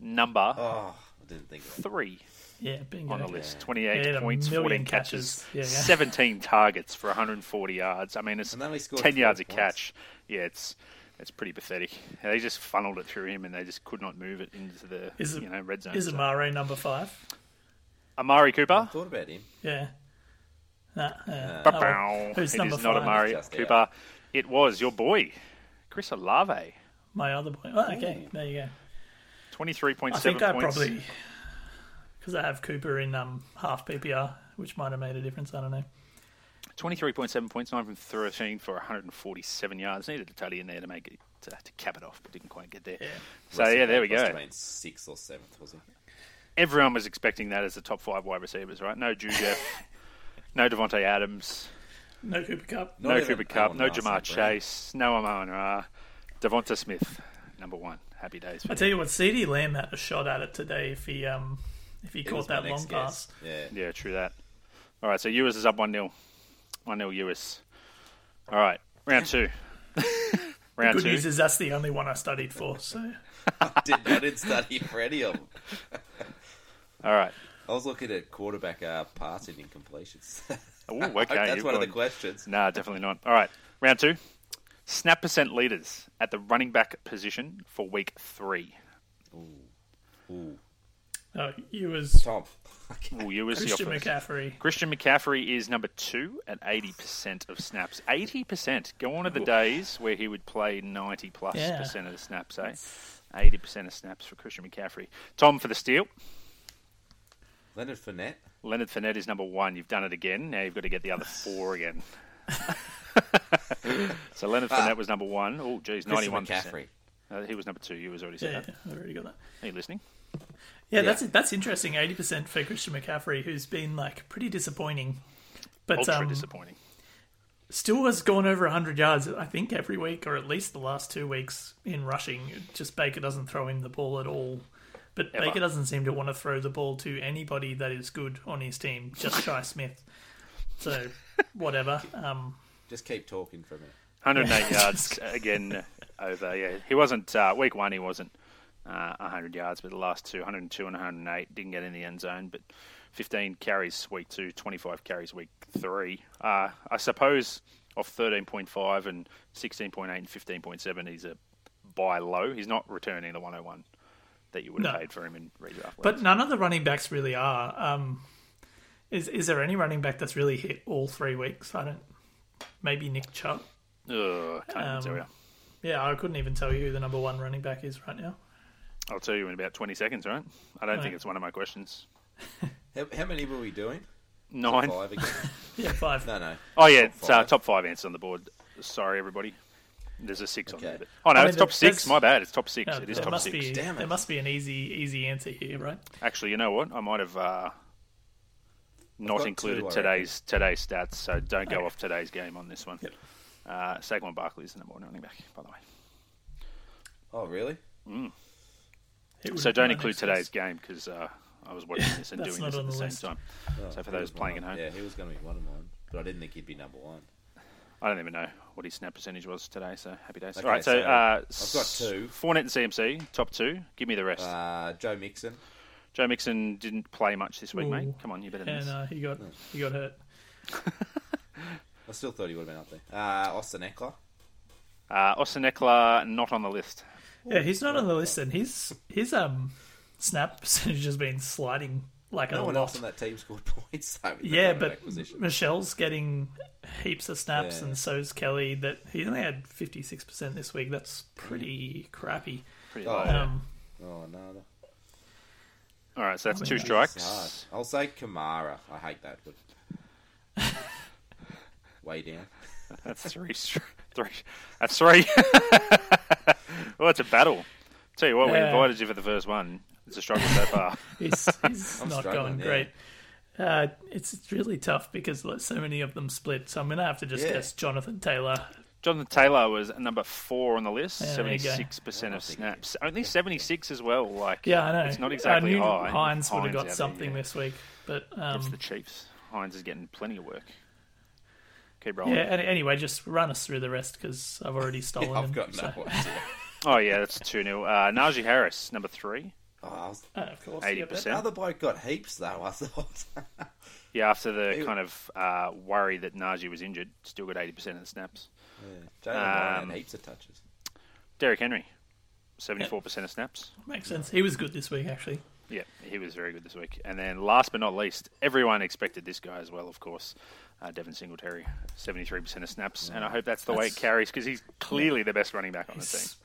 Speaker 2: number
Speaker 4: Oh, I didn't think of it.
Speaker 2: three
Speaker 3: Yeah, bingo.
Speaker 2: on the list.
Speaker 3: Yeah,
Speaker 2: 28
Speaker 3: a
Speaker 2: points,
Speaker 3: million
Speaker 2: 14
Speaker 3: catches.
Speaker 2: catches,
Speaker 3: Yeah, yeah.
Speaker 2: 17 targets for 140 yards. I mean, it's
Speaker 4: And then he scored
Speaker 2: 10 yards a
Speaker 4: four points.
Speaker 2: catch. Yeah, it's it's pretty pathetic. They just funneled it through him, and they just could not move it into the
Speaker 3: Is it-
Speaker 2: you know red zone.
Speaker 3: Is
Speaker 2: So-
Speaker 3: Amare number five?
Speaker 2: Amari
Speaker 4: I
Speaker 2: Cooper?
Speaker 4: thought about him.
Speaker 3: Yeah. Nah, yeah. Oh, well.
Speaker 2: Ba-bow.
Speaker 3: Who's
Speaker 2: It
Speaker 3: number
Speaker 2: is not
Speaker 3: five?
Speaker 2: Amari
Speaker 4: Uh, Just out.
Speaker 2: Cooper. It was your boy, Chris Olave.
Speaker 3: My other boy. Oh, okay, there you go.
Speaker 2: 23.7
Speaker 3: I think I
Speaker 2: points.
Speaker 3: probably because I have Cooper in um, half PPR, which might have made a difference. I don't know.
Speaker 2: 23.7 points, 9 from 13 for 147 yards. Needed a tutty in there to make it, to, to cap it off, but didn't quite get there. So,
Speaker 4: Russell
Speaker 2: yeah, there we
Speaker 4: Gage must've
Speaker 2: go.
Speaker 4: been sixth or seventh, was he?
Speaker 2: Everyone was expecting that as the top five wide receivers, right? No
Speaker 4: *laughs*
Speaker 2: Jujeff, no Devontae Adams,
Speaker 3: No Cooper Cup.
Speaker 4: Not
Speaker 2: no
Speaker 4: even
Speaker 2: Cooper Cup,
Speaker 4: Allen
Speaker 2: no
Speaker 4: Larson,
Speaker 2: Jamar
Speaker 4: Brad.
Speaker 2: Chase, no Amon Ra, Devonta Smith, number one. Happy days.
Speaker 4: *laughs*
Speaker 2: For
Speaker 3: I tell you what, CD Lamb had a shot at it today if he um if he
Speaker 4: He
Speaker 3: caught
Speaker 4: was my
Speaker 3: that
Speaker 4: next
Speaker 3: long pass.
Speaker 4: guess. Yeah.
Speaker 2: Yeah, true that. All right, so US is up 1 0. 1 0 US. All right, round
Speaker 4: *laughs*
Speaker 2: two. round
Speaker 3: Good
Speaker 2: two.
Speaker 3: news is that's the only one I studied for. So
Speaker 4: Did, I didn't study for any of them.
Speaker 2: All right.
Speaker 4: I was looking at quarterback uh, passing incompletions. *laughs*
Speaker 2: Ooh,
Speaker 4: I hope
Speaker 2: Oh, okay.
Speaker 4: that's
Speaker 2: you've
Speaker 4: one of the
Speaker 2: gone-
Speaker 4: questions.
Speaker 2: Nah, definitely not. All right, round two. Snap percent leaders at the running back position for week three.
Speaker 4: Ooh,
Speaker 3: uh, you was
Speaker 4: Tom. *laughs* Okay.
Speaker 2: Ooh, you was the
Speaker 3: Christian
Speaker 2: offense.
Speaker 3: McCaffrey.
Speaker 2: Christian McCaffrey is number two at 80% of snaps. 80%. Go on to the days where he would play 90 plus
Speaker 3: Yeah.
Speaker 2: percent of the snaps, eh? 80% of snaps for Christian McCaffrey. Tom for the steal.
Speaker 4: Leonard Fournette.
Speaker 2: Leonard Fournette is number one. You've done it again. Now you've got to get the other four
Speaker 3: *laughs*
Speaker 2: again. so Leonard Fournette was number one. Oh, geez,
Speaker 4: Ah. Christian
Speaker 2: 91%.
Speaker 4: McCaffrey.
Speaker 2: Uh, he was number two. You was already said
Speaker 3: Yeah,
Speaker 2: that.
Speaker 3: I already got that.
Speaker 2: Are you listening?
Speaker 3: Yeah,
Speaker 4: Yeah.
Speaker 3: that's that's interesting. Eighty percent for Christian McCaffrey, who's been like pretty disappointing, but
Speaker 2: Ultra
Speaker 3: um,
Speaker 2: disappointing.
Speaker 3: still has gone over hundred yards. I think every week, or at least the last two weeks in rushing. Just Baker doesn't throw him the ball at all. But
Speaker 2: Ever.
Speaker 3: Baker doesn't seem to want to throw the ball to anybody that is good on his team. Just Shy Smith. So whatever. Um,
Speaker 4: Just keep talking for a minute.
Speaker 2: 108 yards again over. Yeah, he wasn't uh, week one. He wasn't uh, 100 yards, but the last two, 102 and 108, didn't get in the end zone. But 15 carries week two, 25 carries week three. Uh, I suppose off 13.5 and 16.8 and 15.7, he's a buy low. He's not returning the 101 that you would have
Speaker 3: No.
Speaker 2: paid for him in redraft. leagues.
Speaker 3: but none of the running backs really are. Um, is is there any running back that's really hit all three weeks? I don't. Maybe Nick Chubb.
Speaker 2: Ugh, can't even tell
Speaker 3: um,
Speaker 2: you.
Speaker 3: Yeah, I couldn't even tell you who the number one running back is right now.
Speaker 2: I'll tell you in about 20 seconds, right? I don't think it's one of my questions.
Speaker 4: How, how many were we doing?
Speaker 2: Nine.
Speaker 4: Five
Speaker 2: *laughs*
Speaker 4: again.
Speaker 3: Yeah, five.
Speaker 4: *laughs* No, no.
Speaker 2: Oh yeah, it's uh,
Speaker 4: five.
Speaker 2: top five answers on the board. Sorry, everybody. There's a six
Speaker 4: Okay.
Speaker 2: on there. But... Oh no,
Speaker 3: I mean,
Speaker 2: it's top
Speaker 3: there's-
Speaker 2: six. My bad. It's top six.
Speaker 3: No,
Speaker 2: it is
Speaker 3: there
Speaker 2: top
Speaker 3: must
Speaker 2: six.
Speaker 3: be
Speaker 4: Damn it.
Speaker 3: there must be an easy easy answer here, right?
Speaker 2: Actually, you know what? I might have uh,
Speaker 4: got
Speaker 2: not
Speaker 4: two,
Speaker 2: included
Speaker 4: I
Speaker 2: today's today's stats, so don't go off today's game on this one.
Speaker 3: Yep.
Speaker 2: Uh, Saquon Barkley is the number one running back, by the way.
Speaker 4: Oh, really?
Speaker 3: It would
Speaker 2: So
Speaker 3: have
Speaker 2: don't
Speaker 3: been
Speaker 2: include
Speaker 3: next
Speaker 2: today's
Speaker 3: week.
Speaker 2: game because uh, I was watching
Speaker 3: *laughs*
Speaker 2: this and
Speaker 3: That's
Speaker 2: doing
Speaker 3: not
Speaker 2: this at
Speaker 3: on
Speaker 2: the,
Speaker 3: the
Speaker 2: same
Speaker 3: list.
Speaker 2: time. so for
Speaker 4: He
Speaker 2: those
Speaker 4: was
Speaker 2: playing at
Speaker 4: one-
Speaker 2: home,
Speaker 4: Oh, Yeah, he was going to be one of mine, but I didn't think he'd be number one.
Speaker 2: I don't even know what his snap percentage was today. So happy days.
Speaker 4: Okay,
Speaker 2: All right, so,
Speaker 4: so
Speaker 2: uh,
Speaker 4: I've got two.
Speaker 2: Fournette and CMC, top two. Give me the rest.
Speaker 4: Uh, Joe Mixon.
Speaker 2: Joe Mixon didn't play much this week, mate.
Speaker 3: Ooh.
Speaker 2: Come on, you better than
Speaker 3: And
Speaker 2: this.
Speaker 3: uh, he got he got hurt.
Speaker 4: I still thought he would have been up there. Uh, Austin Eckler.
Speaker 2: Uh, Austin Eckler not on the list.
Speaker 3: Yeah, he's not on the list, and his his um snap *laughs* percentage has been sliding like
Speaker 4: No
Speaker 3: a
Speaker 4: one else
Speaker 3: lot.
Speaker 4: on that team scored *laughs* points. Though, in the
Speaker 3: Yeah,
Speaker 4: quarterback
Speaker 3: but
Speaker 4: position.
Speaker 3: Michelle's getting heaps of snaps,
Speaker 4: Yeah.
Speaker 3: and so's Kelly. That he only had fifty six percent this week. That's pretty crappy.
Speaker 2: Pretty
Speaker 4: Oh,
Speaker 2: low.
Speaker 4: yeah.
Speaker 3: Um,
Speaker 4: oh no,
Speaker 2: All right, so that's
Speaker 3: Oh,
Speaker 2: two
Speaker 3: yeah.
Speaker 4: that's hard.
Speaker 2: strikes.
Speaker 4: I'll say Kamara. I hate that,
Speaker 3: *laughs*
Speaker 4: but way down. *laughs*
Speaker 2: That's three. *laughs* stri- Three. That's three. *laughs* well, it's a battle. Tell you what, we
Speaker 3: Yeah. *laughs*
Speaker 4: *laughs*
Speaker 2: invited you for the first one. It's a struggle so far.
Speaker 3: he's he's not going
Speaker 4: struggling, yeah.
Speaker 3: great. Uh, it's it's really tough because like, so many of them split. So I'm gonna have to just
Speaker 4: Yeah.
Speaker 3: guess Jonathan Taylor.
Speaker 2: Jonathan Taylor was number four on the list,
Speaker 3: there you go.
Speaker 2: seventy-six percent of snaps. Only seventy-six as well. Like,
Speaker 3: Yeah, I know.
Speaker 2: It's not exactly
Speaker 3: I knew
Speaker 2: high.
Speaker 3: Hines would have
Speaker 2: Hines out
Speaker 3: got
Speaker 2: there,
Speaker 3: something
Speaker 2: yeah.
Speaker 3: this week, but
Speaker 2: It's
Speaker 3: um,
Speaker 2: the Chiefs. Hines is getting plenty of work. Keep rolling.
Speaker 3: yeah. an- Anyway, just run us through the rest because
Speaker 2: *laughs*
Speaker 3: I've already stolen.
Speaker 5: I've
Speaker 3: them,
Speaker 5: got no
Speaker 3: so-
Speaker 5: idea.
Speaker 2: Oh yeah, that's two 0 uh, Najee Harris, number three,
Speaker 4: Oh, I was-
Speaker 3: *laughs* Uh, of course,
Speaker 2: eighty
Speaker 3: yeah, but-
Speaker 4: the
Speaker 2: percent.
Speaker 4: other bloke got heaps though. I thought. *laughs*
Speaker 2: Yeah, after the kind of uh, worry that Najee was injured, still got eighty percent of the snaps.
Speaker 4: Jalen Warren
Speaker 2: Um,
Speaker 4: had heaps of touches.
Speaker 2: Derrick Henry, seventy-four percent of snaps.
Speaker 3: Makes sense. He was good this week, actually.
Speaker 2: Yeah, he was very good this week. And then last but not least, everyone expected this guy as well, of course, uh, Devin Singletary, 73% of snaps. And I hope that's the way it
Speaker 3: That's-
Speaker 2: carries because he's clearly the best running back on the team.
Speaker 3: It's,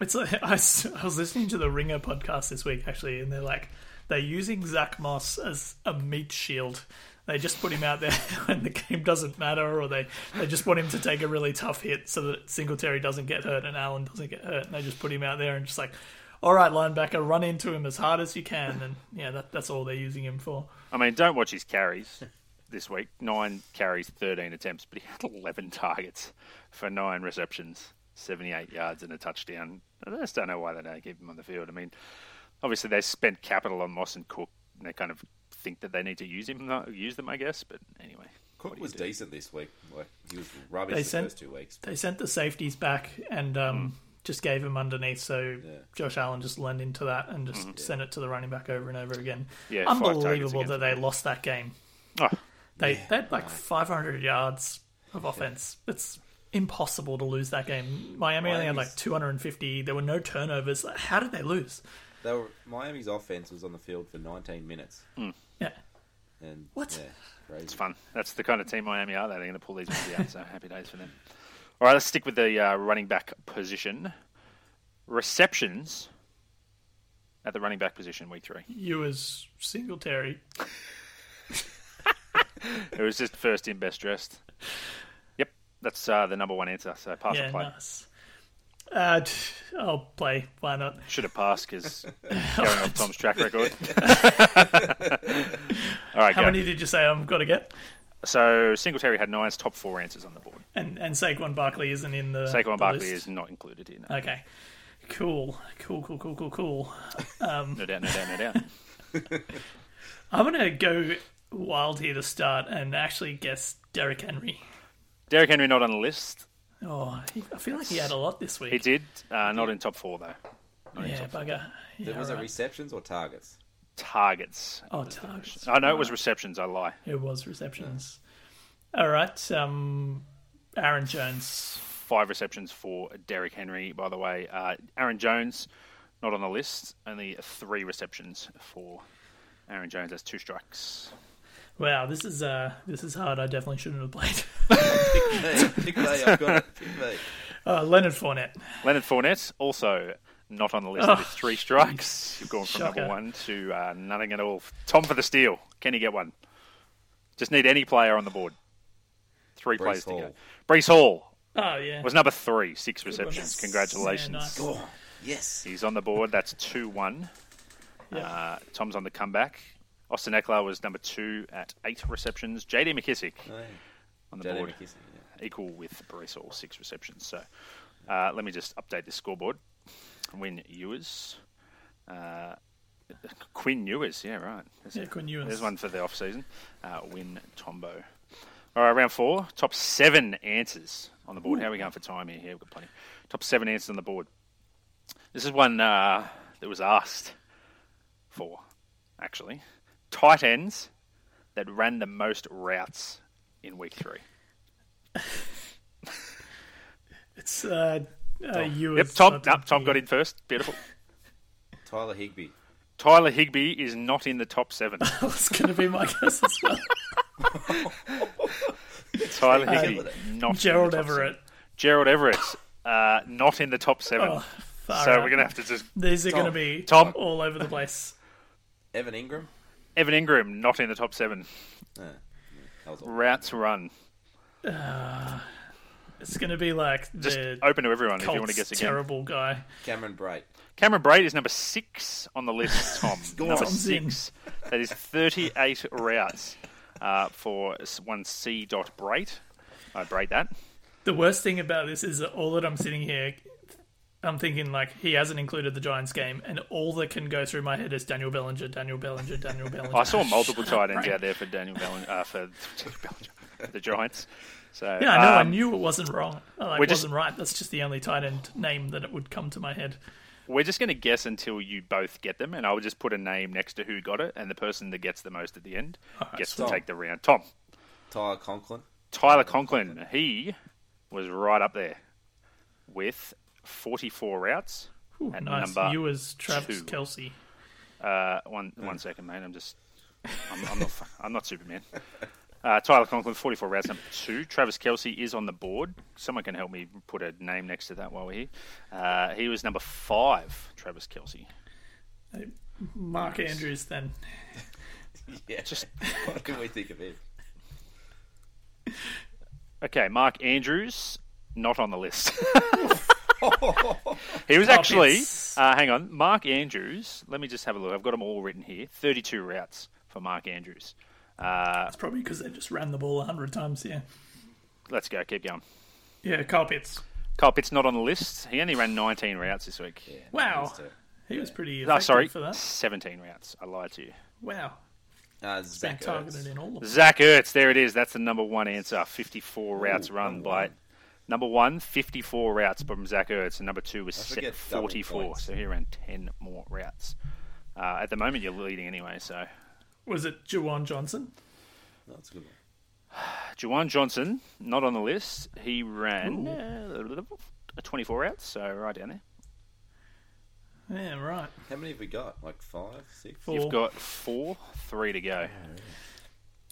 Speaker 3: it's like, *laughs* I, s- I was listening to the Ringer podcast this week, actually, and they're like, they're using Zach Moss as a meat shield. They just put him out there *laughs* when the game doesn't matter, or they, they just want him to take a really tough hit so that Singletary doesn't get hurt and Allen doesn't get hurt. And they just put him out there and just like, all right, linebacker, run into him as hard as you can. And yeah, that, that's all they're using him for.
Speaker 2: I mean, don't watch his carries *laughs* this week. Nine carries, 13 attempts, but he had 11 *laughs* targets for nine receptions, 78 yards, and a touchdown. I just don't know why they don't keep him on the field. I mean, obviously they spent capital on Moss and Cook, and they kind of think that they need to use him, not use them, I guess. But anyway.
Speaker 4: Cook was decent this week. Like he was rubbish
Speaker 3: They
Speaker 4: the
Speaker 3: sent-
Speaker 4: first two weeks.
Speaker 3: They sent the safeties back and um, just gave him underneath. So
Speaker 4: Yeah.
Speaker 3: Josh Allen just leaned into that and just sent it to the running back over and over again.
Speaker 2: Mm-hmm. Yeah, five targets
Speaker 3: Unbelievable
Speaker 2: against
Speaker 3: that they lost that game.
Speaker 2: Oh,
Speaker 3: They, they had like 500 yards of offense. It's impossible to lose that game. Miami only had
Speaker 4: Miami's-
Speaker 3: like 250. There were no turnovers. How did they lose?
Speaker 4: They were Miami's offense was on the field for 19 minutes.
Speaker 3: Yeah.
Speaker 4: And
Speaker 3: Mm. What?
Speaker 4: Yeah, crazy.
Speaker 2: It's fun. That's the kind of team Miami are. They're going to pull these ones out. So happy days for them. All right, let's stick with the uh, running back position. Receptions at the running back position, week three.
Speaker 3: You as Singletary.
Speaker 2: It was just first in, best dressed. Yep, that's uh, the number one answer. So pass
Speaker 3: Yeah,
Speaker 2: or play.
Speaker 3: nice. Uh, I'll play. Why not?
Speaker 2: Should have passed
Speaker 3: *laughs*
Speaker 2: because going off Tom's track record. All right,
Speaker 3: How
Speaker 2: go.
Speaker 3: many did you say I've got to get?
Speaker 2: So Singletary had nine's top four answers on the board.
Speaker 3: And and Saquon Barkley isn't in the Oh, the
Speaker 2: Saquon Barkley
Speaker 3: list. Um.
Speaker 2: is not included here. No,
Speaker 3: Okay. Cool. Cool, cool, cool, cool, cool.
Speaker 2: no doubt, no doubt, no
Speaker 3: *laughs*
Speaker 2: doubt.
Speaker 3: I'm going to go wild here to start and actually guess Derrick Henry.
Speaker 2: Derrick Henry not on the list.
Speaker 3: Oh, he, I feel like he had a lot this week.
Speaker 2: He did, uh, not in top four though.
Speaker 3: Yeah, bugger. Yeah,
Speaker 4: There was a
Speaker 3: right.
Speaker 4: receptions or targets.
Speaker 2: Targets.
Speaker 3: Oh, targets.
Speaker 2: I know it was receptions. I lie.
Speaker 3: It was receptions. All right. Um, Aaron Jones.
Speaker 2: Five receptions for Derrick Henry. By the way, uh, Aaron Jones not on the list. Only three receptions for Aaron Jones. That's two strikes.
Speaker 3: Wow, this is uh, this is hard. I definitely shouldn't have played. *laughs*
Speaker 4: Hey, pick me, I've got it. Pick me.
Speaker 3: Uh, Leonard Fournette.
Speaker 2: Leonard Fournette also not on the list.
Speaker 3: Oh,
Speaker 2: with three strikes. You've gone from
Speaker 3: Shocker.
Speaker 2: number one to uh, nothing at all. Tom for the steal. Can he get one? Just need any player on the board. Three
Speaker 4: Brees
Speaker 2: players to go.
Speaker 4: Hall.
Speaker 2: Brees Hall
Speaker 3: Oh yeah.
Speaker 2: was number three, six
Speaker 3: one.
Speaker 2: receptions.
Speaker 3: Yeah,
Speaker 2: Congratulations.
Speaker 3: nice.
Speaker 4: Oh, yes.
Speaker 2: He's on the board. That's 2 1.
Speaker 3: Yeah.
Speaker 2: Uh, Tom's on the comeback. Austin Eckler was number two at eight receptions. JD McKissick
Speaker 4: Hey,
Speaker 2: on the
Speaker 4: J.D.
Speaker 2: board,
Speaker 4: McKissick, yeah.
Speaker 2: equal with Brees Hall, six receptions. So uh, let me just update the scoreboard. Quinn Ewers. Uh, Quinn Ewers, yeah, right. There's,
Speaker 3: Yeah, Quinn Ewers.
Speaker 2: There's one for the off season. Uh, Win Tombo. All right, round four. Top seven answers on the board. How are we going for time here? Yeah, we've got plenty. Top seven answers on the board. This is one uh, that was asked for, actually. Tight ends that ran the most routes in week three.
Speaker 3: It's uh, uh, you.
Speaker 2: Yep,
Speaker 3: as-
Speaker 2: Tom.
Speaker 3: I
Speaker 2: No,
Speaker 3: think
Speaker 2: Tom
Speaker 3: he- *laughs*
Speaker 2: got in first. Beautiful.
Speaker 4: Tyler Higby.
Speaker 2: Tyler Higby is not in the top
Speaker 3: *laughs*
Speaker 2: seven.
Speaker 3: That was going to be my guess as well.
Speaker 2: Tyler Higby, not in
Speaker 3: Gerald
Speaker 2: the top seven.
Speaker 3: Everett.
Speaker 2: Gerald Everett, uh, not in the top seven. *laughs*
Speaker 3: Oh, far
Speaker 2: so
Speaker 3: out.
Speaker 2: we're gonna have to just
Speaker 3: These are going to be
Speaker 2: Tom.
Speaker 3: all over the place.
Speaker 4: Evan Ingram.
Speaker 2: Evan Ingram not in the top seven.
Speaker 4: That was all.
Speaker 2: Routes run.
Speaker 3: It's going to be like
Speaker 2: Just
Speaker 3: the
Speaker 2: open to everyone if you want to
Speaker 3: Colts
Speaker 2: guess again.
Speaker 3: terrible guy.
Speaker 4: Cameron Brate.
Speaker 2: Cameron Braid is number six on the
Speaker 3: *laughs*
Speaker 2: list, Tom. number
Speaker 3: Tom's in.
Speaker 2: six. That is 38 routes uh, for s- one C. Dot Braid. I braid that.
Speaker 3: The worst thing about this is that all that I'm sitting here, I'm thinking like he hasn't included the Giants game, and all that can go through my head is Daniel Bellinger, Daniel
Speaker 2: *laughs*
Speaker 3: Bellinger, Daniel Bellinger.
Speaker 2: I saw multiple tight ends
Speaker 3: Braid.
Speaker 2: out there for Daniel Bellinger, uh, for *laughs* Daniel Bellinger, for the Giants. So
Speaker 3: Yeah, I know.
Speaker 2: um,
Speaker 3: I knew it wasn't wrong. I like,
Speaker 2: we're
Speaker 3: wasn't
Speaker 2: just-
Speaker 3: right. That's just the only tight end name that it would come to my head.
Speaker 2: We're just going to guess until you both get them, and I will just put a name next to who got it, and the person that gets the most at the end gets to
Speaker 4: Tom.
Speaker 2: take the round. Tom,
Speaker 4: Tyler Conklin.
Speaker 2: Tyler Conklin, he was right up there with 44 routes.
Speaker 3: Ooh,
Speaker 2: And
Speaker 3: nice.
Speaker 2: number
Speaker 3: You as Travis
Speaker 2: two.
Speaker 3: Kelsey.
Speaker 2: Uh, one one second, mate. I'm just I'm, I'm not I'm not Superman. Uh, Tyler Conklin, 44 routes, number two. Travis Kelsey is on the board. Someone can help me put a name next to that while we're here. Uh, he was number five, Travis Kelsey.
Speaker 3: Mark Andrews, then.
Speaker 4: Yeah.
Speaker 2: Just
Speaker 4: *laughs* what can we think of him?
Speaker 2: Okay, Mark Andrews, not on the list. *laughs* he was actually,
Speaker 3: Puppets.
Speaker 2: uh, hang on, Mark Andrews. Let me just have a look. I've got them all written here. 32 routes for Mark Andrews. Uh,
Speaker 3: It's probably because they just ran the ball 100 times, yeah.
Speaker 2: let's go, keep going.
Speaker 3: Yeah, Kyle Pitts.
Speaker 2: Kyle Pitts not on the list. He only ran 19 routes this week.
Speaker 3: Wow.
Speaker 4: He's,
Speaker 3: He was pretty
Speaker 2: No,
Speaker 3: effective
Speaker 2: Oh, sorry,
Speaker 3: for that.
Speaker 2: 17 routes. I lied to you.
Speaker 3: Wow.
Speaker 4: Uh, uh,
Speaker 3: Been
Speaker 4: Zach
Speaker 3: targeted
Speaker 4: Ertz.
Speaker 3: in all of them.
Speaker 2: Zach Ertz, there it is. That's the number one answer. 54 routes run
Speaker 4: number
Speaker 2: by.
Speaker 4: one.
Speaker 2: Number one, 54 routes from Zach Ertz, and number two was
Speaker 4: forget
Speaker 2: set
Speaker 4: double
Speaker 2: 44.
Speaker 4: points.
Speaker 2: So he ran 10 more routes. Uh, at the moment, you're leading anyway. So
Speaker 3: Was it Juwan Johnson?
Speaker 4: That's a good one.
Speaker 2: Juwan Johnson, not on the list. He ran uh, 24 routes, so right down there.
Speaker 3: Yeah, right.
Speaker 4: How many have we got? Like five, six?
Speaker 3: Four.
Speaker 2: You've got four, three to go.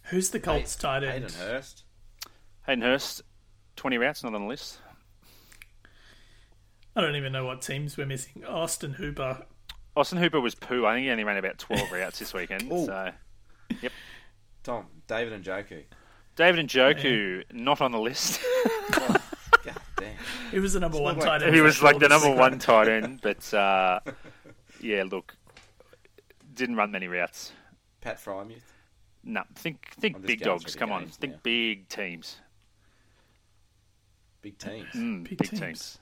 Speaker 3: Who's the Colts tight end?
Speaker 4: Hayden Hurst.
Speaker 2: Hayden Hurst, 20 routes, not on the list.
Speaker 3: I don't even know what teams we're missing. Austin Hooper.
Speaker 2: Austin Hooper was poo. I think he only ran about 12 routes this weekend.
Speaker 4: Ooh.
Speaker 2: So
Speaker 4: Tom, David and Joku.
Speaker 2: David Njoku, not on the list.
Speaker 4: God damn.
Speaker 3: He was the number one
Speaker 4: like-
Speaker 3: tight end.
Speaker 2: he was
Speaker 3: for all
Speaker 2: like the number
Speaker 3: secret-
Speaker 2: one tight end, but uh, yeah, look, didn't run many routes.
Speaker 4: Pat Frymuth.
Speaker 2: No, think
Speaker 4: I'm
Speaker 2: think
Speaker 4: just
Speaker 2: big
Speaker 4: going
Speaker 2: dogs.
Speaker 4: through the
Speaker 2: Come on,
Speaker 4: games
Speaker 2: think
Speaker 4: now.
Speaker 2: big teams.
Speaker 4: Big teams.
Speaker 2: Mm,
Speaker 3: Big
Speaker 2: big,
Speaker 3: teams.
Speaker 2: teams.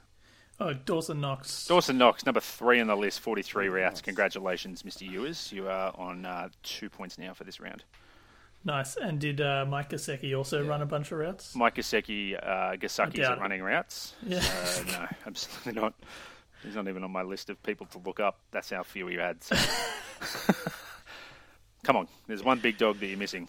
Speaker 3: Oh, Dawson Knox.
Speaker 2: Dawson Knox, number three on the list, forty-three routes. Congratulations, Mister Ewers. You are on uh, two points now for this round.
Speaker 3: Nice. And did uh, Mike Gesicki also run a bunch of routes?
Speaker 2: Mike Gasecki, uh, Gasecki
Speaker 3: doubt
Speaker 2: isn't
Speaker 3: it.
Speaker 2: running routes.
Speaker 3: *laughs* Yeah.
Speaker 2: So, no, *laughs* absolutely not. He's not even on my list of people to look up. That's how few you had.
Speaker 3: *laughs*
Speaker 2: So. Come on, there's one big dog that you're missing,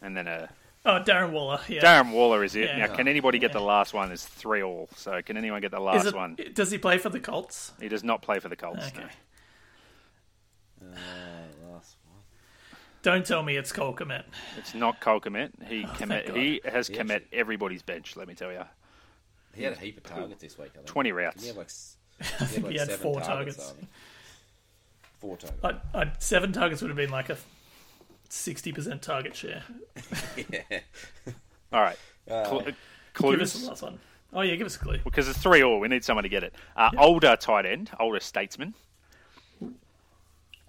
Speaker 2: and then a
Speaker 3: Oh, Darren Waller. Yeah.
Speaker 2: Darren Waller is it.
Speaker 3: Yeah.
Speaker 2: Now, can anybody get the last one? There's three all. So, can anyone get the
Speaker 3: Is
Speaker 2: last
Speaker 3: it-
Speaker 2: one?
Speaker 3: Does he play for the Colts?
Speaker 2: He does not play for the Colts.
Speaker 3: Okay.
Speaker 2: no.
Speaker 4: Uh, last one.
Speaker 3: Don't tell me it's Cole Komet.
Speaker 2: It's not Cole Komet. He
Speaker 3: Oh, thank
Speaker 2: Komet,
Speaker 3: God.
Speaker 2: he has
Speaker 4: He
Speaker 2: Komet
Speaker 4: actually-
Speaker 2: everybody's bench. Let me tell you,
Speaker 4: He had a heap of targets this week, I think.
Speaker 2: 20 routes.
Speaker 4: Didn't He had like, s- he had, like
Speaker 3: he had
Speaker 4: seven
Speaker 3: four
Speaker 4: targets.
Speaker 3: targets.
Speaker 4: I think. Four targets. *laughs*
Speaker 3: I, I, seven targets would have been like a sixty percent target share.
Speaker 2: All right, Cl- uh,
Speaker 3: Give us
Speaker 2: clues.
Speaker 3: the last one. Oh yeah, give us a clue.
Speaker 2: because it's three all. We need someone to get it. Uh, Older tight end, older statesman.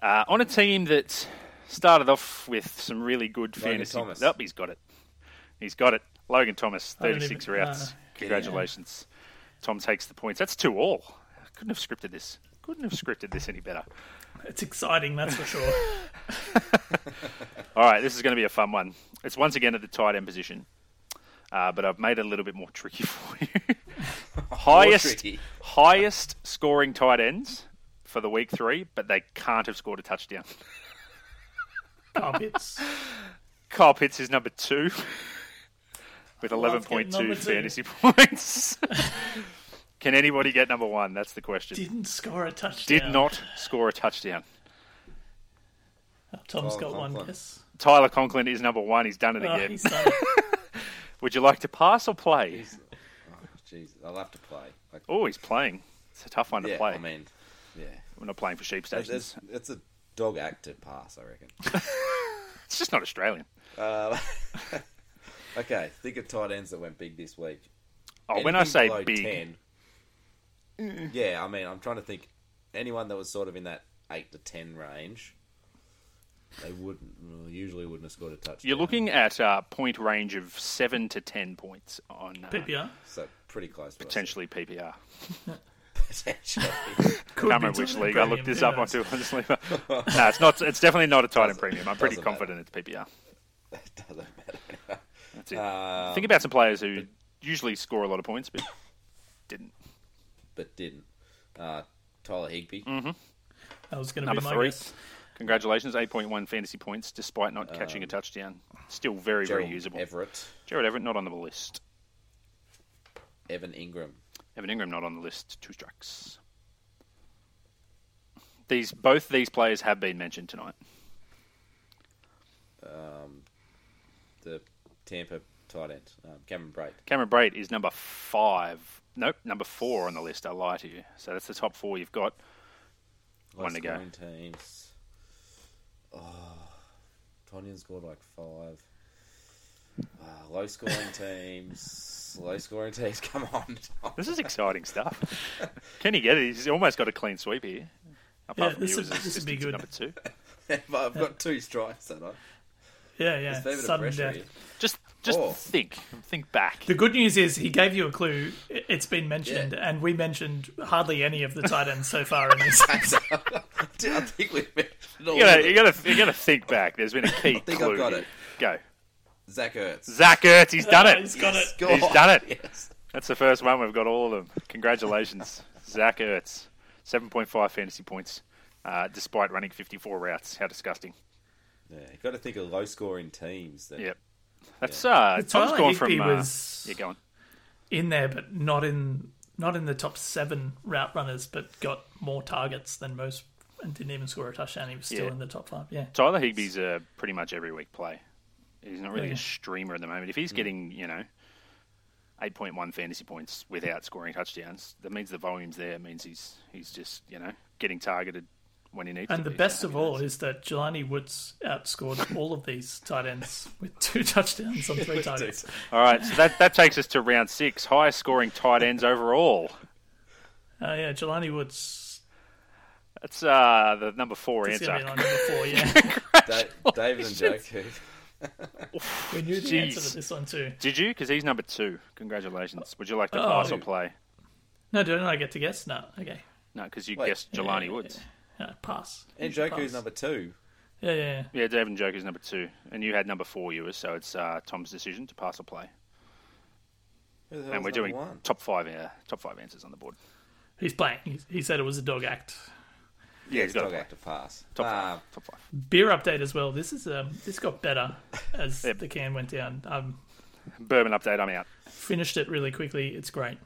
Speaker 2: Uh, on a team that started off with some really good
Speaker 4: Logan
Speaker 2: fantasy.
Speaker 4: Thomas.
Speaker 2: Nope, he's got it. He's got it. Logan Thomas,
Speaker 3: I don't
Speaker 2: 36
Speaker 3: even-
Speaker 2: routes.
Speaker 3: uh,
Speaker 2: Congratulations. Tom takes the points. That's two all. I couldn't have scripted this. Couldn't have scripted this any better.
Speaker 3: It's exciting, that's for sure.
Speaker 2: *laughs* All right, this is going to be a fun one. It's once again at the tight end position, uh, but I've made it a little bit more tricky *laughs* for you. highest,
Speaker 4: tricky.
Speaker 2: highest scoring tight ends for the week three, but they can't have scored a touchdown.
Speaker 3: Kyle Pitts.
Speaker 2: Kyle Pitts is number two *laughs* with eleven
Speaker 3: love getting
Speaker 2: point
Speaker 3: number
Speaker 2: two
Speaker 3: two.
Speaker 2: fantasy *laughs* points. Can anybody get number one? That's the question. Did,
Speaker 3: Didn't score a touchdown.
Speaker 2: not score a touchdown.
Speaker 3: Oh, Tom's
Speaker 4: Oh,
Speaker 3: got one
Speaker 4: Conklin.
Speaker 3: guess.
Speaker 2: Tyler Conklin is number one. He's done it
Speaker 3: Oh,
Speaker 2: again.
Speaker 3: he's *laughs* done it.
Speaker 2: Would you like to pass or play?
Speaker 4: He's- *laughs* oh, Jeez, I'll have to play. Like,
Speaker 2: Oh, he's playing. It's a tough one to
Speaker 4: yeah,
Speaker 2: play.
Speaker 4: I mean, yeah.
Speaker 2: We're not playing for sheep
Speaker 4: It's,
Speaker 2: stations.
Speaker 4: it's, it's a dog
Speaker 2: *laughs*
Speaker 4: act to pass, I reckon.
Speaker 2: It's just not Australian.
Speaker 4: Uh, Okay, think of tight ends that went big this week.
Speaker 2: Oh, when I
Speaker 4: Anything
Speaker 2: say
Speaker 4: below
Speaker 2: big,
Speaker 4: 10, yeah, I mean, I'm trying to think anyone that was sort of in that 8 to 10 range, they wouldn't, well, usually wouldn't have scored a touchdown.
Speaker 2: you're looking at a point range of seven to ten points on uh,
Speaker 3: PPR
Speaker 4: So, pretty close. to us.
Speaker 2: potentially PPR.
Speaker 4: *laughs*
Speaker 2: *laughs*
Speaker 4: Potentially.
Speaker 3: could
Speaker 2: can't
Speaker 3: be
Speaker 2: remember which
Speaker 3: Titan
Speaker 2: league. I
Speaker 3: Premium,
Speaker 2: looked this
Speaker 3: who
Speaker 2: up on
Speaker 3: knows?
Speaker 2: two on sleeper.
Speaker 4: *laughs*
Speaker 2: no, it's not. It's definitely not a tight end premium. I'm pretty
Speaker 4: doesn't matter.
Speaker 2: confident it's PPR.
Speaker 4: That doesn't matter.
Speaker 2: That's it.
Speaker 4: Uh,
Speaker 2: Think about some players who usually score a lot of points, but didn't.
Speaker 4: But didn't. Uh, Tyler Higby.
Speaker 2: Mm-hmm.
Speaker 3: That was going to
Speaker 2: Number
Speaker 3: be my
Speaker 2: three.
Speaker 3: guess.
Speaker 2: Congratulations, 8.1 fantasy points despite not catching a touchdown. Still very, very
Speaker 4: Um, Gerald
Speaker 2: usable.
Speaker 4: Everett.
Speaker 2: Jared Everett not on the list.
Speaker 4: Evan Ingram.
Speaker 2: Evan Ingram not on the list. Two strikes. These both these players have been mentioned tonight.
Speaker 4: The Tampa tight end. Um, Cameron Brake.
Speaker 2: Cameron Braid is number five. Nope, number four on the list. I lie to you. So that's the top four you've got. One to go.
Speaker 4: scoring teams. Oh, Tonyan scored like five. Uh,
Speaker 2: *laughs*
Speaker 4: low scoring teams. low scoring teams. Come on. *laughs* Tom.
Speaker 2: This is exciting stuff.
Speaker 3: *laughs*
Speaker 2: Can he get it? He's almost got a clean sweep here. Apart
Speaker 3: Yeah,
Speaker 2: from
Speaker 3: this
Speaker 2: you
Speaker 3: would-
Speaker 2: as
Speaker 3: this would be
Speaker 2: assistant to
Speaker 3: good.
Speaker 2: number two.
Speaker 4: I've got two strikes, haven't I?
Speaker 3: Yeah,
Speaker 4: There's a
Speaker 3: yeah.
Speaker 4: fair bit of
Speaker 3: Sudden
Speaker 4: pressure
Speaker 3: death.
Speaker 4: here. *laughs*
Speaker 2: Just, just
Speaker 4: Oh.
Speaker 2: think, think back.
Speaker 3: The good news is he gave you a clue. I- It's been mentioned, and we mentioned hardly any of the tight ends so far in this.
Speaker 4: I think we've mentioned all
Speaker 2: You gotta,
Speaker 4: of
Speaker 2: you
Speaker 4: it.
Speaker 2: gotta, you
Speaker 3: *laughs*
Speaker 2: gotta think back. There's been a key
Speaker 4: think
Speaker 2: clue.
Speaker 4: I've got
Speaker 2: here.
Speaker 4: it.
Speaker 2: Go,
Speaker 4: Zach Ertz.
Speaker 2: Zach Ertz. He's done it.
Speaker 3: *laughs* He's got it.
Speaker 4: Go
Speaker 2: He's
Speaker 4: on.
Speaker 2: done it.
Speaker 4: *laughs* Yes.
Speaker 2: That's the first one. We've got all of them. Congratulations, Zach Ertz. Seven point five fantasy points, uh, despite running fifty-four routes. How disgusting.
Speaker 4: Yeah, you've got to think of low scoring teams. That, *laughs*
Speaker 2: Yep. That's uh, Tom's
Speaker 3: Tyler
Speaker 2: gone
Speaker 3: Higbee
Speaker 2: from. Uh,
Speaker 3: was
Speaker 2: yeah, go on.
Speaker 3: in there, but not in not in the top seven route runners, but got more targets than most, and didn't even score a touchdown. He was still
Speaker 2: Yeah.
Speaker 3: in the top five. Yeah,
Speaker 2: Tyler Higby's a pretty much every week play. He's not really
Speaker 3: Yeah.
Speaker 2: a streamer at the moment. If he's getting, you know, 8.1 fantasy points without scoring touchdowns, that means the volume's there. It means he's he's just, you know, getting targeted when he needs to.
Speaker 3: and the
Speaker 2: be. So
Speaker 3: best
Speaker 2: happy
Speaker 3: of all
Speaker 2: days.
Speaker 3: is that Jelani Woods outscored all of these tight ends with two touchdowns
Speaker 2: *laughs*
Speaker 3: on three targets.
Speaker 2: All right, so that, that takes us to round six. Highest scoring tight ends overall.
Speaker 3: Uh, yeah, Jelani Woods.
Speaker 2: That's uh, the number four
Speaker 3: It's gonna be
Speaker 2: answer.
Speaker 3: like number four.
Speaker 2: *laughs*
Speaker 3: Yeah,
Speaker 4: Da- David and Joku.
Speaker 3: we knew the answer
Speaker 2: Jeez.
Speaker 3: to this one too.
Speaker 2: Did you? Because he's number two. Congratulations. Would you like to
Speaker 3: Oh.
Speaker 2: pass or play?
Speaker 3: No, don't I get to guess? No, okay.
Speaker 2: No, because you
Speaker 4: Wait.
Speaker 2: guessed Jelani Woods.
Speaker 3: Uh, pass.
Speaker 4: And
Speaker 3: Usual
Speaker 4: Joku's
Speaker 3: pass.
Speaker 4: number two.
Speaker 3: Yeah, yeah, yeah.
Speaker 2: Yeah, David and Joker's number two, and you had number four, you were, so it's uh, Tom's decision to pass or play.
Speaker 4: Who the hell
Speaker 2: and
Speaker 4: was
Speaker 2: we're
Speaker 4: number
Speaker 2: doing
Speaker 4: one?
Speaker 2: top five, uh, top five answers on the board.
Speaker 3: He's playing. He, he said it was a dog act.
Speaker 2: Yeah, he's got
Speaker 4: Dog
Speaker 2: to play.
Speaker 4: act to pass.
Speaker 2: Top
Speaker 4: Ah,
Speaker 2: five. Top five.
Speaker 3: Beer update as well. This is um, this got better as the can went down. Um,
Speaker 2: Bourbon update. I'm out.
Speaker 3: finished it really quickly. It's great.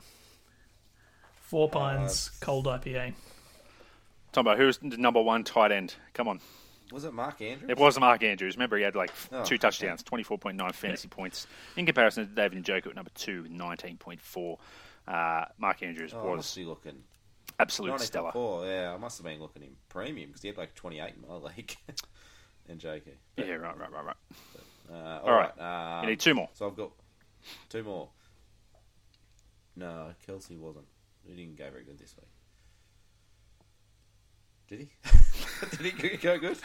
Speaker 3: Four
Speaker 2: Uh,
Speaker 3: Pines Cold IPA.
Speaker 2: Tombo, who's the number one tight end? Come on,
Speaker 4: was it Mark Andrews?
Speaker 2: it was Mark Andrews. Remember, he had like
Speaker 4: Oh,
Speaker 2: two touchdowns, twenty four point nine fantasy points in comparison to David and Joker at number two, nineteen point four. Uh, Mark Andrews
Speaker 4: Oh, I must
Speaker 2: was
Speaker 4: be looking.
Speaker 2: absolute stellar.
Speaker 4: 94, yeah, I must have been looking in premium because he had like 28 in my *laughs* league. and JK.
Speaker 2: Yeah, right, right, right, right.
Speaker 4: Uh,
Speaker 2: All right,
Speaker 4: um,
Speaker 2: you need two more.
Speaker 4: So I've got two more. No, Kelsey wasn't. He didn't go very good this week. Did he? *laughs* Did he go good?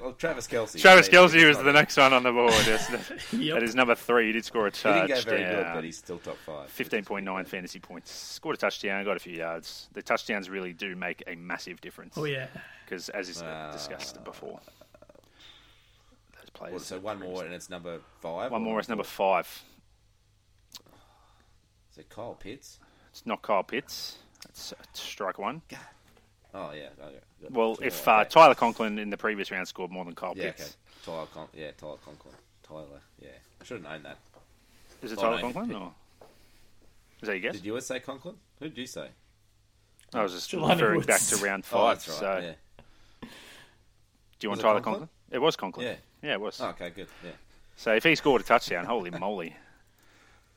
Speaker 4: well, Travis Kelsey.
Speaker 2: Travis
Speaker 4: Yeah,
Speaker 2: Kelsey
Speaker 4: he's
Speaker 2: was
Speaker 4: not-
Speaker 2: the next one on the board.
Speaker 4: *laughs*
Speaker 2: Yes.
Speaker 3: Yep.
Speaker 2: That is number three. He did score a
Speaker 4: He
Speaker 2: touchdown.
Speaker 4: didn't go very good, but he's still top five.
Speaker 2: Fifteen point nine fantasy points. Scored a touchdown. Got a few yards. The touchdowns really do make a massive difference.
Speaker 3: Oh yeah.
Speaker 2: Because as is
Speaker 4: Uh,
Speaker 2: discussed before, those players.
Speaker 4: Well, so one more, and it's number five.
Speaker 2: One
Speaker 4: or
Speaker 2: more is number five.
Speaker 4: Is it Kyle Pitts?
Speaker 2: It's not Kyle Pitts. That's uh, strike one.
Speaker 4: Oh yeah. okay. Got
Speaker 2: Well,
Speaker 4: two
Speaker 2: if
Speaker 4: more,
Speaker 2: uh,
Speaker 4: okay.
Speaker 2: Tyler Conklin in the previous round scored more than Kyle
Speaker 4: Yeah, okay.
Speaker 2: Pitts,
Speaker 4: Tyler Con- yeah, Tyler Conklin. Tyler, yeah. I should have known that.
Speaker 2: is it
Speaker 4: Oh,
Speaker 2: Tyler
Speaker 4: no,
Speaker 2: Conklin or is that your guess?
Speaker 4: Did you say Conklin? Who did you say?
Speaker 2: I was just
Speaker 3: Jelani
Speaker 2: referring
Speaker 3: Woods.
Speaker 2: back to round
Speaker 4: Oh,
Speaker 2: five.
Speaker 4: that's right.
Speaker 2: So,
Speaker 4: Yeah.
Speaker 2: do you want
Speaker 4: Was it
Speaker 2: Tyler Conklin?
Speaker 4: Conklin?
Speaker 2: It was Conklin.
Speaker 4: Yeah.
Speaker 2: yeah, it was.
Speaker 4: Oh, okay, good. Yeah.
Speaker 2: So if he scored a touchdown,
Speaker 4: *laughs*
Speaker 2: holy moly!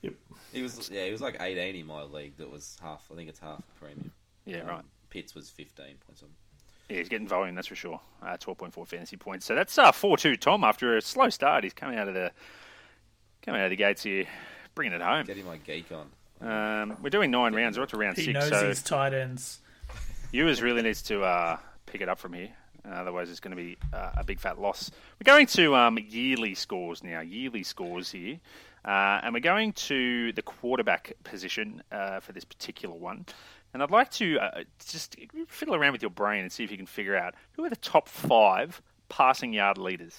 Speaker 3: Yep.
Speaker 4: He was yeah, he was like eighteen in my league that was half I think it's half premium. Um,
Speaker 2: Yeah, right.
Speaker 4: Pitts was fifteen point seven.
Speaker 2: Yeah, he's getting volume, that's for sure. Uh, 12.4 fantasy points. So that's uh, 4 2 Tom after a slow start. He's coming out of the Coming out of the gates here, bringing it home.
Speaker 4: Getting my geek on.
Speaker 2: Um, we're doing nine rounds. We're up to round
Speaker 3: He
Speaker 2: six. oh.
Speaker 3: knows
Speaker 2: So
Speaker 3: his tight ends.
Speaker 2: Ewers really needs to uh, pick it up from here. Uh, otherwise, it's going to be uh, a big fat loss. We're going to um, yearly scores now, yearly scores here. Uh, and we're going to the quarterback position uh, for this particular one. And I'd like to uh, just fiddle around with your brain and see if you can figure out who are the top five passing yard leaders.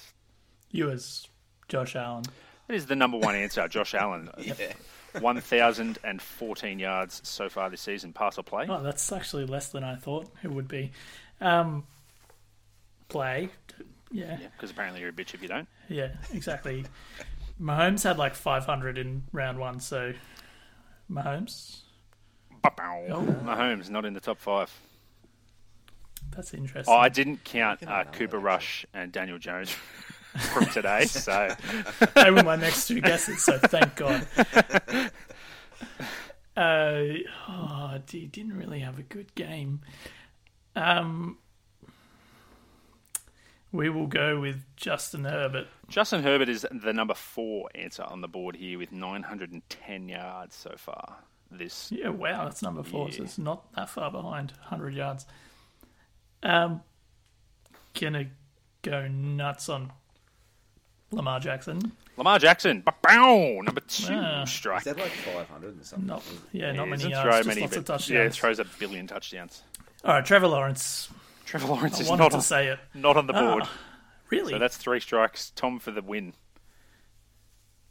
Speaker 3: You as Josh Allen.
Speaker 2: That is the number one answer, Josh Allen. 1,014 yards so far this season, pass or play.
Speaker 3: Oh, that's actually less than I thought it would be. Um, play. Yeah.
Speaker 2: Yeah, because apparently you're a bitch if you don't.
Speaker 3: Yeah, exactly. Mahomes had like 500 in round one, so Mahomes.
Speaker 2: Ba-bow.
Speaker 3: Oh.
Speaker 2: Mahomes not in the top five.
Speaker 3: That's interesting.
Speaker 2: Oh, I didn't count uh, Cooper Rush and Daniel Jones *laughs* from
Speaker 3: *laughs*
Speaker 2: today. So
Speaker 3: they were my next two guesses, so thank God. Uh, oh, he didn't really have a good game. Um, we will go with Justin Herbert.
Speaker 2: Justin Herbert is the number four answer on the board here with 910 yards so far this
Speaker 3: Yeah, wow, that's number four, so
Speaker 2: Yeah.
Speaker 3: it's not that far behind, 100 yards. Um, gonna go nuts on Lamar Jackson.
Speaker 2: Lamar Jackson. Ba-bow. Number two
Speaker 3: Ah.
Speaker 2: strike.
Speaker 4: Is that like 500 and something?
Speaker 3: Not, yeah, not
Speaker 2: He
Speaker 3: many
Speaker 2: doesn't
Speaker 3: yards,
Speaker 2: throw
Speaker 3: just
Speaker 2: many,
Speaker 3: lots of
Speaker 2: but-
Speaker 3: touchdowns.
Speaker 2: yeah, throws a billion touchdowns.
Speaker 3: All right, Trevor Lawrence.
Speaker 2: Trevor Lawrence
Speaker 3: I
Speaker 2: is
Speaker 3: wanted
Speaker 2: not
Speaker 3: to
Speaker 2: on,
Speaker 3: say Ah. it.
Speaker 2: not on the board.
Speaker 3: Really?
Speaker 2: So that's three strikes. Tom for the win.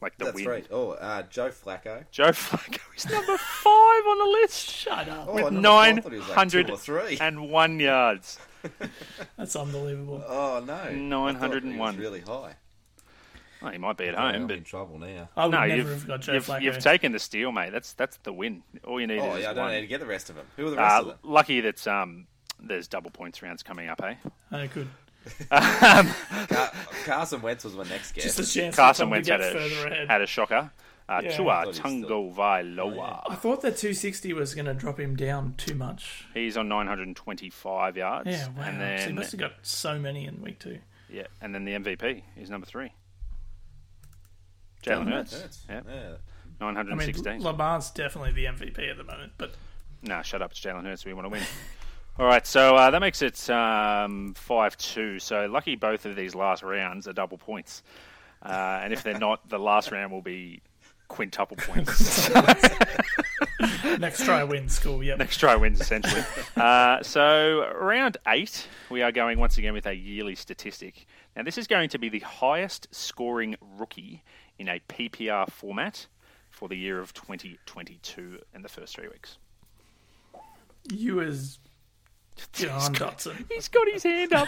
Speaker 2: Like the
Speaker 4: That's
Speaker 2: win.
Speaker 4: right. Oh, uh, Joe Flacco.
Speaker 2: Joe Flacco is number five on the list.
Speaker 3: Shut up.
Speaker 4: Oh, number four. I
Speaker 2: Nine
Speaker 4: thought he was like two
Speaker 2: hundred
Speaker 4: or three.
Speaker 2: and one yards.
Speaker 3: That's
Speaker 2: uh,
Speaker 3: unbelievable.
Speaker 4: *laughs* Oh no, I thought he
Speaker 2: 901.
Speaker 4: was Really high.
Speaker 2: Oh, he might be at
Speaker 4: I'm
Speaker 2: home, but Oh,
Speaker 4: in trouble now.
Speaker 3: I would
Speaker 2: no,
Speaker 3: never
Speaker 2: you've,
Speaker 3: have got Joe
Speaker 2: you've,
Speaker 3: Flacco.
Speaker 2: you've taken the steal, mate. That's that's the win. All you need
Speaker 4: Oh
Speaker 2: is
Speaker 4: yeah, I don't
Speaker 2: one.
Speaker 4: need to get the rest of them. Who are the rest of
Speaker 2: uh,
Speaker 4: them?
Speaker 2: lucky that's um, there's double points rounds coming up, eh?
Speaker 3: oh, good.
Speaker 4: Car- Carson Wentz was my next guess.
Speaker 3: Just a chance
Speaker 2: Carson
Speaker 3: for Tom
Speaker 2: Wentz
Speaker 3: to get
Speaker 2: had a,
Speaker 3: further
Speaker 2: sh-
Speaker 3: ahead.
Speaker 2: had a shocker. Uh,
Speaker 3: Yeah.
Speaker 2: Tua
Speaker 4: I thought he Oh,
Speaker 2: Tungo
Speaker 4: was
Speaker 2: Vailoa.
Speaker 3: I thought that 260 was going to drop him down too much.
Speaker 2: He's on 925 yards.
Speaker 3: Yeah, wow.
Speaker 2: And
Speaker 3: so he
Speaker 2: then,
Speaker 3: must have got so many in week two.
Speaker 2: yeah, and then the MVP is number three.
Speaker 3: Jalen
Speaker 2: Jalen
Speaker 3: Hurts.
Speaker 2: Hurts.
Speaker 4: Hurts.
Speaker 2: Yeah,
Speaker 4: Yeah.
Speaker 3: I mean,
Speaker 2: 916.
Speaker 3: Lamar's definitely the MVP at the moment, but
Speaker 2: Nah, shut up. It's Jalen Hurts. We want to win. All right, so uh, that makes it um, 5 2. So lucky both of these last rounds are double points. Uh, and if they're not, the last round will be quintuple points.
Speaker 3: next try wins. Cool. Yep.
Speaker 2: Next try wins, essentially. Uh, so round eight, we are going once again with a yearly statistic. Now, this is going to be the highest scoring rookie in a PPR format for the year of 2022 in the first three weeks.
Speaker 3: You as
Speaker 2: *laughs*
Speaker 3: John Dotson.
Speaker 2: He's got his hand up.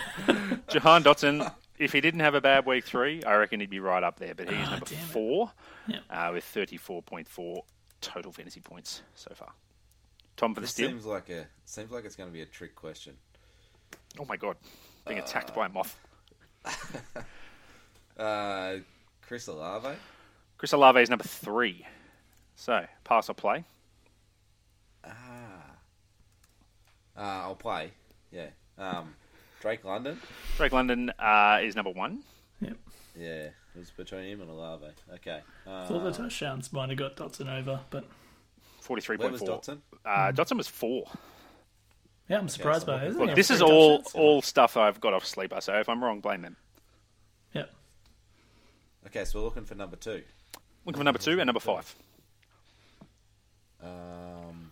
Speaker 2: Jahan Dotson, if he didn't have a bad week three, I reckon he'd be right up there. But he's
Speaker 3: Ah,
Speaker 2: number
Speaker 3: damn it.
Speaker 2: four
Speaker 3: Yeah.
Speaker 2: uh, with 34.4 total fantasy points so far. Tom for the
Speaker 4: This
Speaker 2: steal.
Speaker 4: seems like a seems like it's going to be a trick question.
Speaker 2: Oh my god, being attacked by a moth.
Speaker 4: Uh, Chris Olave. Uh,
Speaker 2: Chris Olave is number three. So pass or play.
Speaker 4: Uh, I'll play. Yeah. Um, Drake London.
Speaker 2: Drake London uh, is number one.
Speaker 3: Yep.
Speaker 4: Yeah, it was between him and Olave. Okay. Uh,
Speaker 3: Thought the touchdowns might have got Dotson over, but
Speaker 2: Forty-three
Speaker 4: where
Speaker 2: point
Speaker 4: was
Speaker 2: four.
Speaker 4: Dotson?
Speaker 2: Uh, Dotson was four.
Speaker 3: yeah, I'm surprised
Speaker 4: so
Speaker 3: by it. Isn't
Speaker 2: Look,
Speaker 3: he
Speaker 2: this
Speaker 3: on
Speaker 2: is
Speaker 3: three
Speaker 2: all
Speaker 3: touchdowns?
Speaker 2: all stuff I've got off sleeper. So if I'm wrong, blame them.
Speaker 3: Yep.
Speaker 4: Okay, so we're looking for number two.
Speaker 2: Looking for number two and number five.
Speaker 4: Um,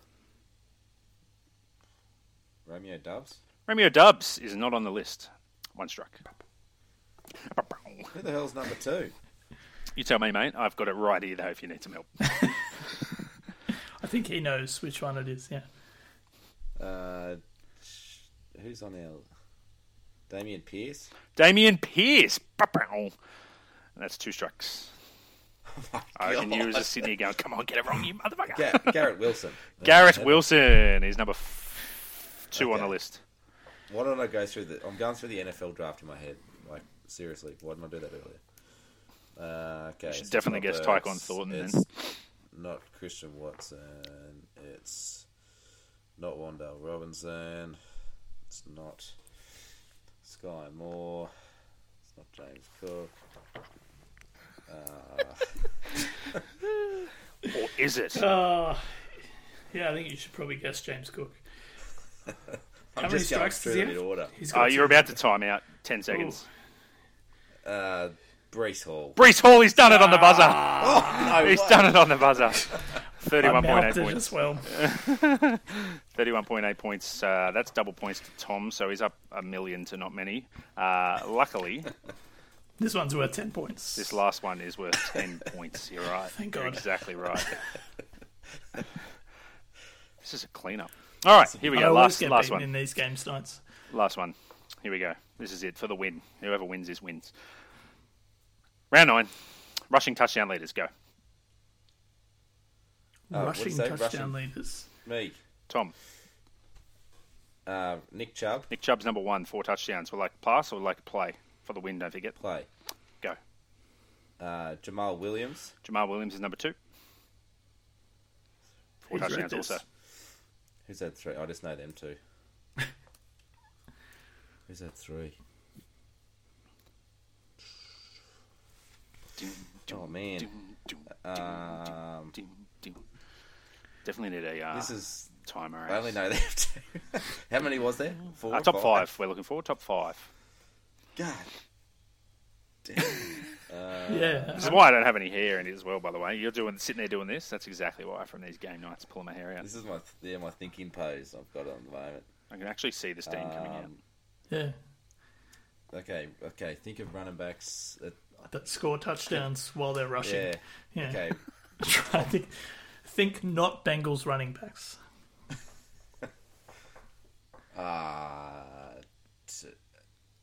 Speaker 4: Romeo Dubs.
Speaker 2: Romeo Dubs is not on the list. One strike.
Speaker 4: Who the hell's number two?
Speaker 2: You tell me, mate. I've got it right here, though, if you need some help.
Speaker 3: I think he knows which one it is. Yeah.
Speaker 4: Uh, sh- who's on our? Damien Pierce.
Speaker 2: Damien Pierce. And that's two strikes. I reckon you was just sitting there going, come on, get it wrong, you motherfucker. *laughs*
Speaker 4: Ga- Garrett Wilson.
Speaker 2: Garrett Wilson is number f- two on
Speaker 4: Okay.
Speaker 2: the list.
Speaker 4: Why don't I go through the? I'm going through the NFL draft in my head. Like seriously, why didn't I do that earlier? Uh, okay,
Speaker 2: should
Speaker 4: it's
Speaker 2: definitely
Speaker 4: not
Speaker 2: guess
Speaker 4: Burks,
Speaker 2: Tyquan Thornton then.
Speaker 4: It's not Christian Watson. It's not Wandale Robinson. It's not Sky Moore. It's not James Cook.
Speaker 2: Or is it?
Speaker 3: Yeah, I think you should probably guess James Cook.
Speaker 4: I'm
Speaker 3: How many
Speaker 4: just going
Speaker 3: strikes
Speaker 4: through
Speaker 3: does he
Speaker 4: them in
Speaker 3: have?
Speaker 4: order.
Speaker 3: He's
Speaker 2: Oh,
Speaker 3: got
Speaker 2: you're
Speaker 3: some-
Speaker 2: about to time out. Ten seconds.
Speaker 4: Uh, Brees Hall.
Speaker 2: Brees Hall, he's done it on the buzzer.
Speaker 4: No
Speaker 2: He's
Speaker 4: way.
Speaker 2: done it on the buzzer.
Speaker 3: I
Speaker 2: 31.8
Speaker 3: mouthed it
Speaker 2: points.
Speaker 3: as well.
Speaker 2: 31.8 points. Uh, that's double points to Tom, so he's up a million to not many. Uh, luckily,
Speaker 3: This one's worth 10 points.
Speaker 2: this last one is worth 10 *laughs* points. You're right.
Speaker 3: Thank
Speaker 2: You're
Speaker 3: God.
Speaker 2: exactly
Speaker 3: *laughs*
Speaker 2: right. this is a cleanup. All right, here we
Speaker 3: I
Speaker 2: go.
Speaker 3: always
Speaker 2: Last,
Speaker 3: get
Speaker 2: last
Speaker 3: beaten
Speaker 2: one.
Speaker 3: in these games nights.
Speaker 2: Last one. Here we go. This is it for the win. Whoever wins this wins. Round nine. Rushing touchdown leaders. Go.
Speaker 4: Uh, what
Speaker 3: rushing
Speaker 4: is that?
Speaker 3: touchdown
Speaker 4: Rushing-
Speaker 3: leaders.
Speaker 4: Me.
Speaker 2: Tom.
Speaker 4: Uh, Nick Chubb.
Speaker 2: Nick Chubb's number one, four touchdowns. Would like pass or would like play for the win? Don't forget.
Speaker 4: Play.
Speaker 2: Go.
Speaker 4: Uh, Jamal Williams.
Speaker 2: Jamal Williams is number two. Four
Speaker 3: Who's
Speaker 2: touchdowns
Speaker 3: this?
Speaker 2: also.
Speaker 4: Who's that three? I just know them two. Who's that three? Oh man. Um,
Speaker 2: Definitely need a uh,
Speaker 4: This is.
Speaker 2: timer.
Speaker 4: I only know they have two. *laughs* How many was there? Four.
Speaker 2: Uh,
Speaker 4: or
Speaker 2: top five. We're looking for top five.
Speaker 4: *laughs* God.
Speaker 3: yeah.
Speaker 2: This is why I don't have any hair in it as well. By the way, you're doing sitting there doing this. That's exactly why from these game nights pulling my hair out.
Speaker 4: This is my yeah my thinking pose I've got on the moment.
Speaker 2: I can actually see the steam coming out.
Speaker 4: Um,
Speaker 3: Yeah.
Speaker 4: Okay, okay. Think of running backs. At,
Speaker 3: That score touchdowns while they're rushing.
Speaker 4: yeah.
Speaker 3: Yeah.
Speaker 4: Okay.
Speaker 3: *laughs* I think, think not Bengals running backs.
Speaker 4: Uh, t-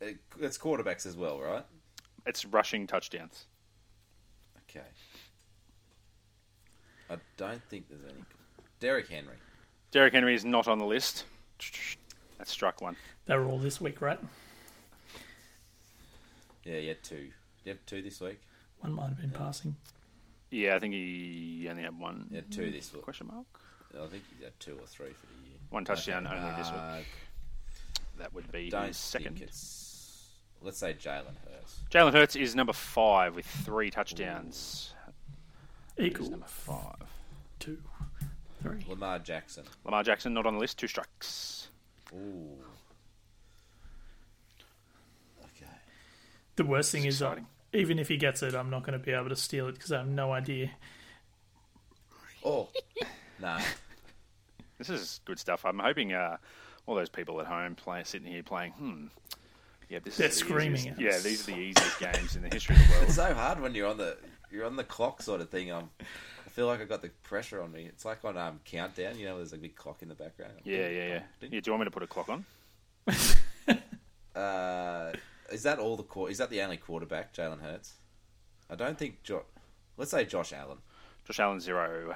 Speaker 4: it- it's quarterbacks as well, right?
Speaker 2: It's rushing touchdowns.
Speaker 4: Okay. I don't think there's any. Derrick Henry.
Speaker 2: Derrick Henry is not on the list. That struck one.
Speaker 3: They were all this week, right?
Speaker 4: Yeah, you had two. You have two this week.
Speaker 3: One might have been passing.
Speaker 2: Yeah, I think he only had one.
Speaker 4: You had two this week.
Speaker 2: Question mark.
Speaker 4: I think you had two or three for the year.
Speaker 2: One touchdown only this week.
Speaker 4: Uh,
Speaker 2: That would be
Speaker 4: don't
Speaker 2: his second.
Speaker 4: think it's. Let's say Jalen Hurts.
Speaker 2: Jalen Hurts is number five with three touchdowns. He's
Speaker 3: Equal
Speaker 2: number five.
Speaker 3: two, three.
Speaker 4: Lamar Jackson.
Speaker 2: Lamar Jackson not on the list. Two strikes.
Speaker 4: Ooh. Okay.
Speaker 3: The worst thing is,
Speaker 2: exciting.
Speaker 3: uh, even if he gets it, I'm not going to be able to steal it because I have no idea. *laughs*
Speaker 4: Oh. no.
Speaker 2: This is good stuff. I'm hoping uh, all those people at home play, sitting here playing. Hmm. Yeah, this
Speaker 3: They're
Speaker 2: is the
Speaker 3: screaming
Speaker 2: easiest-
Speaker 3: at
Speaker 2: Yeah,
Speaker 3: us.
Speaker 2: these are the easiest games in the history of the world.
Speaker 3: *laughs*
Speaker 4: It's so hard when you're on the you're on the clock sort of thing. I'm, I feel like I got the pressure on me. It's like on um, countdown. You know, there's a big clock in the background.
Speaker 2: Yeah, yeah, yeah. Yeah, do you want me to put a clock on?
Speaker 4: Uh, is that all the quar Is that the only quarterback, Jalen Hurts? I don't think. Jo- Let's say Josh Allen.
Speaker 2: Josh Allen zero.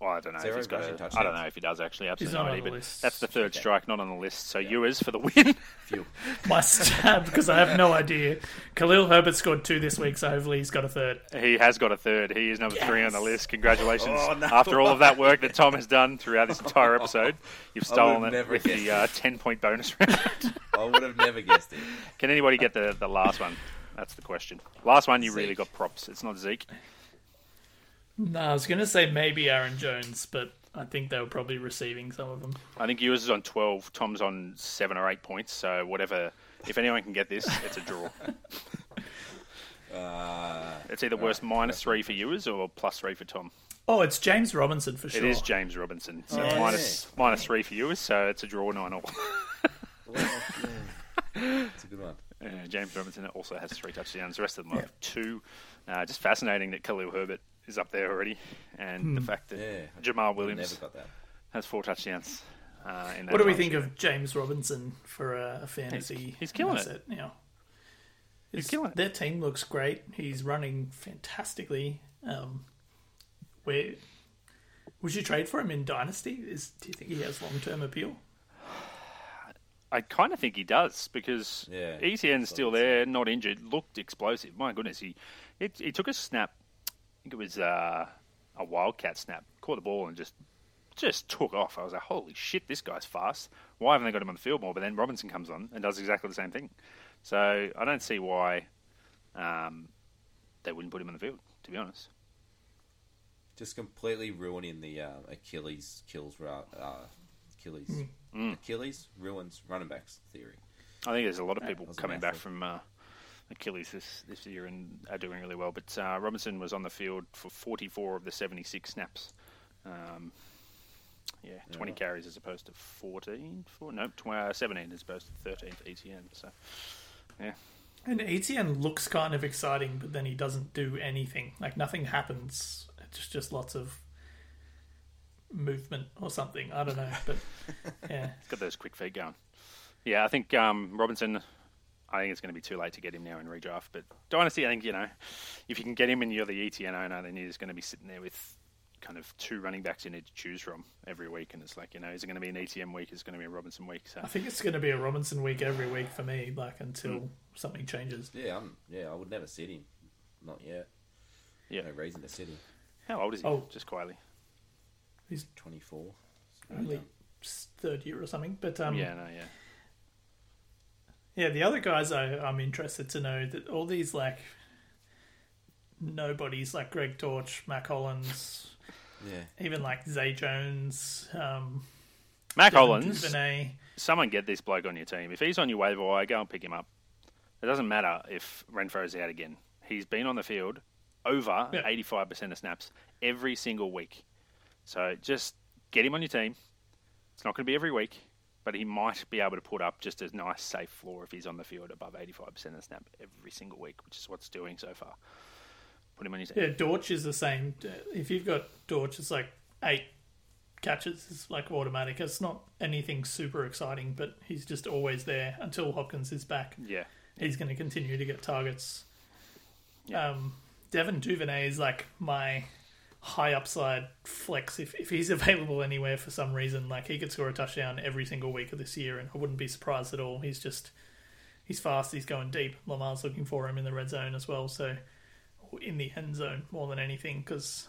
Speaker 2: Well, I don't know
Speaker 4: Zero
Speaker 2: if he's got.
Speaker 4: rushing
Speaker 2: A, I
Speaker 4: touchdowns.
Speaker 2: don't know if he does actually. Absolutely
Speaker 3: not
Speaker 2: no
Speaker 3: on
Speaker 2: idea,
Speaker 3: the
Speaker 2: but
Speaker 3: list.
Speaker 2: That's the third strike, not on the list. So Ewers for the win. *laughs*
Speaker 4: Phew.
Speaker 3: My stab because I have no idea. Khalil Herbert scored two this week, so hopefully he's got a third.
Speaker 2: he has got a third. He is number three on the
Speaker 3: Yes.
Speaker 2: list. Congratulations!
Speaker 4: Oh, no.
Speaker 2: After all of that work that Tom has done throughout this entire episode, you've
Speaker 4: I would
Speaker 2: stolen it
Speaker 4: never
Speaker 2: with
Speaker 4: guess
Speaker 2: the uh, ten-point bonus round.
Speaker 4: I would have never guessed it.
Speaker 2: Can anybody get the, the last one? That's the question. Last one, you really
Speaker 4: Zeke.
Speaker 2: got props. It's not Zeke.
Speaker 3: No, I was going to say maybe Aaron Jones, but I think they were probably receiving some of them.
Speaker 2: I think yours is on 12, Tom's on 7 or 8 points. So, whatever. If anyone can get this, it's a
Speaker 3: *laughs*
Speaker 2: draw.
Speaker 4: Uh,
Speaker 2: it's either worse minus 3 for yours or plus 3 for Tom.
Speaker 3: Oh, it's James Robinson for sure. Oh,
Speaker 2: It is James Robinson. So,
Speaker 4: Yeah.
Speaker 2: minus- minus 3 for yours. So, it's a draw 9 all. *laughs*
Speaker 4: It's a good one.
Speaker 2: Uh, James Robinson also has three touchdowns. The rest of them have two. Uh, just fascinating that Khalil Herbert is up there already, and
Speaker 3: Hmm.
Speaker 2: the fact that
Speaker 4: Yeah.
Speaker 2: Jamal
Speaker 4: *laughs* Never
Speaker 2: Williams
Speaker 4: got that.
Speaker 2: has four touchdowns. Uh, in that
Speaker 3: What do we
Speaker 2: time.
Speaker 3: think of James Robinson for a fantasy?
Speaker 2: he's killing it.
Speaker 3: asset now.
Speaker 2: He's
Speaker 3: It's-
Speaker 2: killing it.
Speaker 3: Their team looks great. He's running fantastically. Um, where would you trade for him in Dynasty? Is do you think he has long term appeal?
Speaker 2: I kind of think he does because
Speaker 4: Yeah,
Speaker 2: ETN's still there, not injured, looked explosive. My goodness, he it, he took a snap. I think it was uh, a wildcat snap. Caught the ball and just just took off. I was like, holy shit, this guy's fast. Why haven't they got him on the field more? But then Robinson comes on and does exactly the same thing. So I don't see why um, they wouldn't put him on the field. To be honest,
Speaker 4: just completely ruining the uh, Achilles kills ra- uh, Achilles Hmm. Achilles ruins running backs theory.
Speaker 2: I think there's a lot of people
Speaker 4: was a
Speaker 2: coming back
Speaker 4: mouthful.
Speaker 2: from uh, Achilles this, this year and are doing really well. But uh, Robinson was on the field for 44 of the 76 snaps. Um, yeah, 20 carries as opposed to 14. Four, no, tw- uh, 17 as opposed to 13 for ETN. So, yeah.
Speaker 3: And Etienne looks kind of exciting, but then he doesn't do anything. Like nothing happens. It's just, just lots of movement or something. I don't know,
Speaker 2: *laughs*
Speaker 3: but yeah,
Speaker 2: He's got those quick feet going. Yeah, I think um, Robinson. I think it's going to be too late to get him now in redraft. But Dynasty, I think you know, if you can get him and you're the ETN owner, then you're just going to be sitting there with kind of two running backs you need to choose from every week, and it's like you know, is it going to be an ETN week? Is it going to be a Robinson week? So
Speaker 3: I think it's going to be a Robinson week every week for me. Like until
Speaker 2: Hmm.
Speaker 3: something changes.
Speaker 4: Yeah, I'm, yeah, I would never sit him. Not yet.
Speaker 2: Yeah.
Speaker 4: No reason to sit him.
Speaker 2: how old is he?
Speaker 3: Oh.
Speaker 2: Just quietly.
Speaker 3: He's
Speaker 4: Twenty four.
Speaker 3: only s- third year or something. But um,
Speaker 2: yeah, no, yeah.
Speaker 3: Yeah, the other guys I, I'm interested to know that all these like nobodies like Greg Torch, Mac Hollins,
Speaker 4: Yeah.
Speaker 3: even like Zay Jones, um,
Speaker 2: Mac
Speaker 3: Devin
Speaker 2: Hollins.
Speaker 3: Duvernay.
Speaker 2: someone get this bloke on your team. If he's on your waiver wire, go and pick him up. It doesn't matter if Renfro's out again. He's been on the field over
Speaker 3: Yeah.
Speaker 2: 85% of snaps every single week. So just get him on your team. It's not going to be every week, but he might be able to put up just a nice, safe floor if he's on the field above 85% of the snap every single week, which is what's doing so far. Put him on your team.
Speaker 3: Yeah, Dortch is the same. If you've got Dortch, it's like eight catches, it's like automatic. It's not anything super exciting, but he's just always there until Hopkins is back.
Speaker 2: Yeah.
Speaker 3: He's going to continue to get targets. Um, Devin Duvernay is like my high upside flex. If, if he's *laughs* available anywhere for some reason, like he could score a touchdown every single week of this year, and I wouldn't be surprised at all. He's just he's fast. He's going deep. Lamar's looking for him in the red zone as well. So or in the end zone more than anything because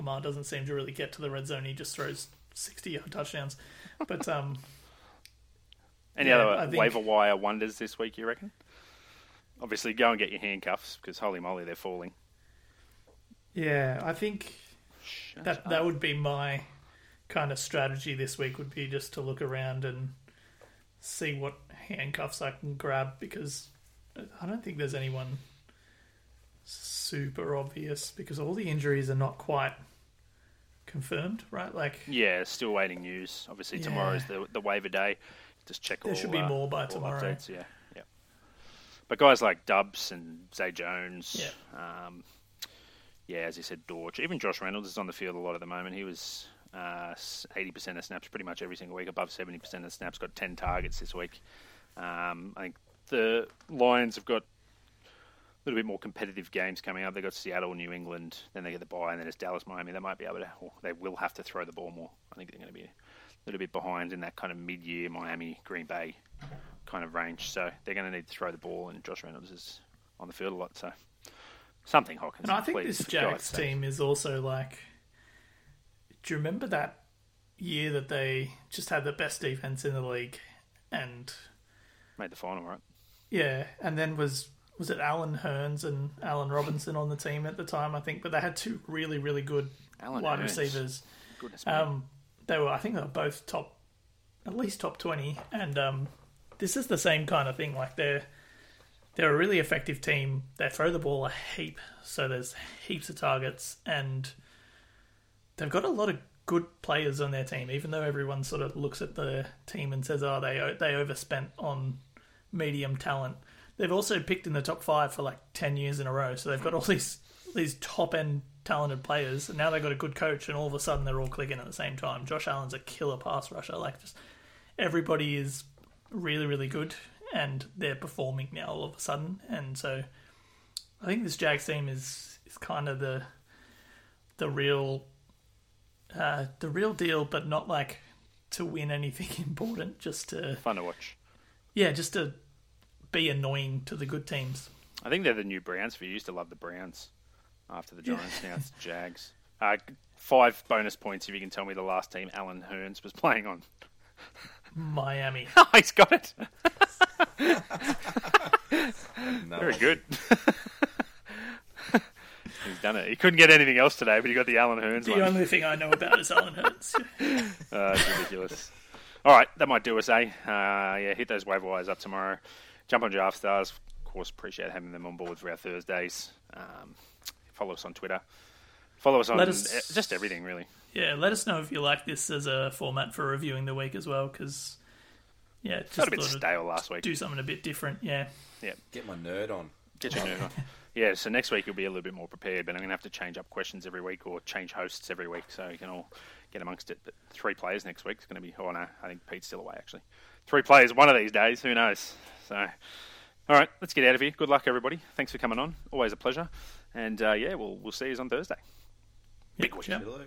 Speaker 3: Lamar doesn't seem to really get to the red zone. He just throws sixty yard touchdowns. But um,
Speaker 2: Any
Speaker 3: Yeah, I
Speaker 2: other
Speaker 3: think-
Speaker 2: waiver wire wonders this week, you reckon? Obviously, go and get your handcuffs because holy moly, they're falling.
Speaker 3: *laughs* yeah, I think
Speaker 2: Shut
Speaker 3: that that would be my kind of strategy this week would be just to look around and see what handcuffs I can grab because I don't think there's anyone super obvious because all the injuries are not quite confirmed, right? Like
Speaker 2: Yeah, still waiting news. Obviously,
Speaker 3: Yeah.
Speaker 2: tomorrow's the the waiver day. Just check.
Speaker 3: There
Speaker 2: all,
Speaker 3: should be
Speaker 2: uh,
Speaker 3: more by
Speaker 2: all
Speaker 3: tomorrow.
Speaker 2: Updates. Yeah, yeah. But guys like Dubs and Zay Jones, yeah, um, yeah, as you said, Dorch, even Josh Reynolds is on the field a lot at the moment. He was uh, eighty percent of snaps pretty much every single week, above seventy percent of snaps. Got ten targets this week. Um, I think the Lions have got a little bit more competitive games coming up. They've got Seattle, New England, then they get the bye, and then it's Dallas, Miami. They might be able to, or they will have to throw the ball more. I think they're going to be a little bit behind in that kind of mid year Miami, Green Bay kind of range. So they're going to need to throw the ball, and Josh Reynolds is on the field a lot. So something, Hawkins.
Speaker 3: And I think
Speaker 2: please,
Speaker 3: this
Speaker 2: for God's
Speaker 3: Jags
Speaker 2: sake.
Speaker 3: team is also like. Do you remember that year that they just had the best defense in the league, and
Speaker 2: made the final, right?
Speaker 3: yeah, and then was was it Alan Hearns and Alan Robinson on the team at the time? I think, but they had two really really good
Speaker 2: Alan
Speaker 3: wide
Speaker 2: Hearns.
Speaker 3: receivers.
Speaker 2: Goodness me.
Speaker 3: Um, they were I think they were both top, at least top twenty, and um, this is the same kind of thing. Like they're they're a really effective team. They throw the ball a heap, so there's heaps of targets, and they've got a lot of good players on their team. Even though everyone sort of looks at the team and says, "Oh, they they overspent on medium talent," they've also picked in the top five for like ten years in a row. So they've got all these these top end talented players, and now they've got a good coach, and all of a sudden they're all clicking at the same time. Josh Allen's a killer pass rusher. Like just everybody is really, really good and they're performing now all of a sudden. And so I think this Jags team is is kind of the the real uh, the real deal, but not like to win anything *laughs* important, just to
Speaker 2: Fun to watch.
Speaker 3: yeah, just to be annoying to the good teams.
Speaker 2: I think they're the new Browns. For you used to love the Browns. After the Giants, now it's Jags. Uh, five bonus points if you can tell me the last team Alan Hearns was *laughs* playing on. *laughs*
Speaker 3: Miami.
Speaker 2: Oh, he's got it.
Speaker 4: No,
Speaker 2: *laughs* Very good. he's done it. He couldn't get anything else today, but you got the Alan Hearns
Speaker 3: The
Speaker 2: one.
Speaker 3: only thing I know about is Alan Hurts.
Speaker 2: Uh, it's ridiculous. All right, that might do us, eh? Uh, yeah, hit those wave wires up tomorrow. Jump on Draft Stars. Of course, appreciate having them on board for our Thursdays. Um, follow us on Twitter. Follow us on
Speaker 3: Let us-
Speaker 2: eh, just everything, really.
Speaker 3: Yeah, let us know if you like this as a format for reviewing the week as well, because yeah, just
Speaker 2: Got a bit
Speaker 3: thought I'd
Speaker 2: stale last week.
Speaker 3: do something a bit different. Yeah,
Speaker 4: Get my nerd on.
Speaker 2: Get your nerve on. *laughs* Yeah, so next week you'll be a little bit more prepared, but I'm going to have to change up questions every week or change hosts every week so you can all get amongst it. But three players next week is going to be, oh no, I think Pete's still away actually. Three players one of these days, who knows? So, all right, let's get out of here. Good luck, everybody. Thanks for coming on. Always a pleasure. And uh, yeah, we'll, we'll see you on Thursday. Big week.
Speaker 3: yeah.
Speaker 4: Hello.